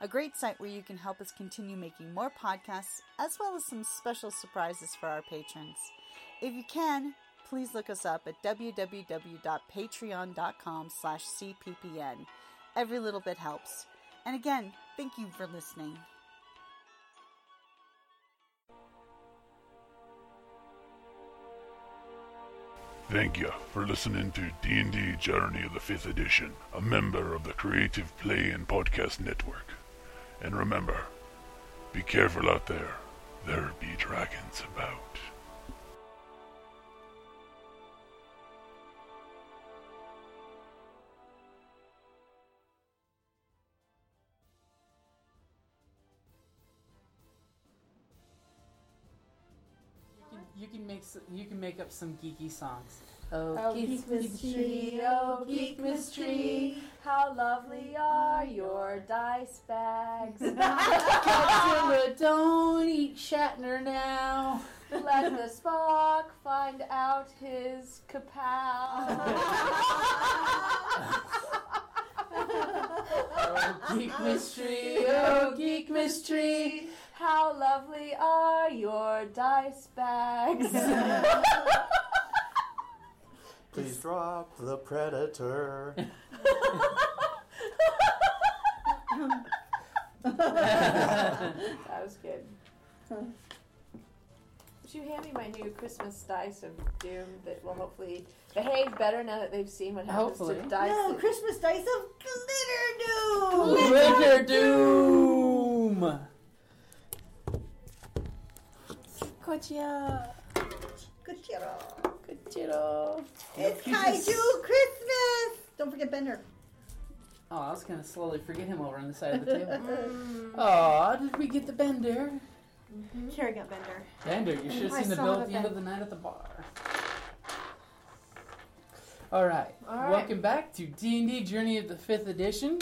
a great site where you can help us continue making more podcasts, as well as some special surprises for our patrons. If you can, please look us up at www.patreon.com slash cppn. Every little bit helps. And again, thank you for listening. Thank you for listening to D&D Journey of the 5th Edition, a member of the Creative Play and Podcast Network. And remember, be careful out there. There be dragons about. You can, you can make s- you can make up some geeky songs. Oh, Oh, Geekmas tree, oh, Geekmas tree, how lovely are your dice bags. Godzilla, don't eat Shatner now. Let the Spock find out his kapow. Oh, Geekmas tree, oh, Geekmas tree. how lovely are your dice bags. Please drop the predator. That was good. Would you hand me my new Christmas dice of doom that will hopefully behave better now that they've seen what happens Hopefully. to dice? No, that- Christmas dice of Glitter glitter doom. doom. Good job. Toodle. It's Kaiju Christmas. Don't forget Bender. Oh, I was gonna slowly forget him over on the side of the table. Mm. Aw, did we get the bender? Carrie got Bender. Bender, you should have I seen the saw bill the at the end of the night at the bar. All right, All right. welcome back to D and D Journey of the Fifth Edition.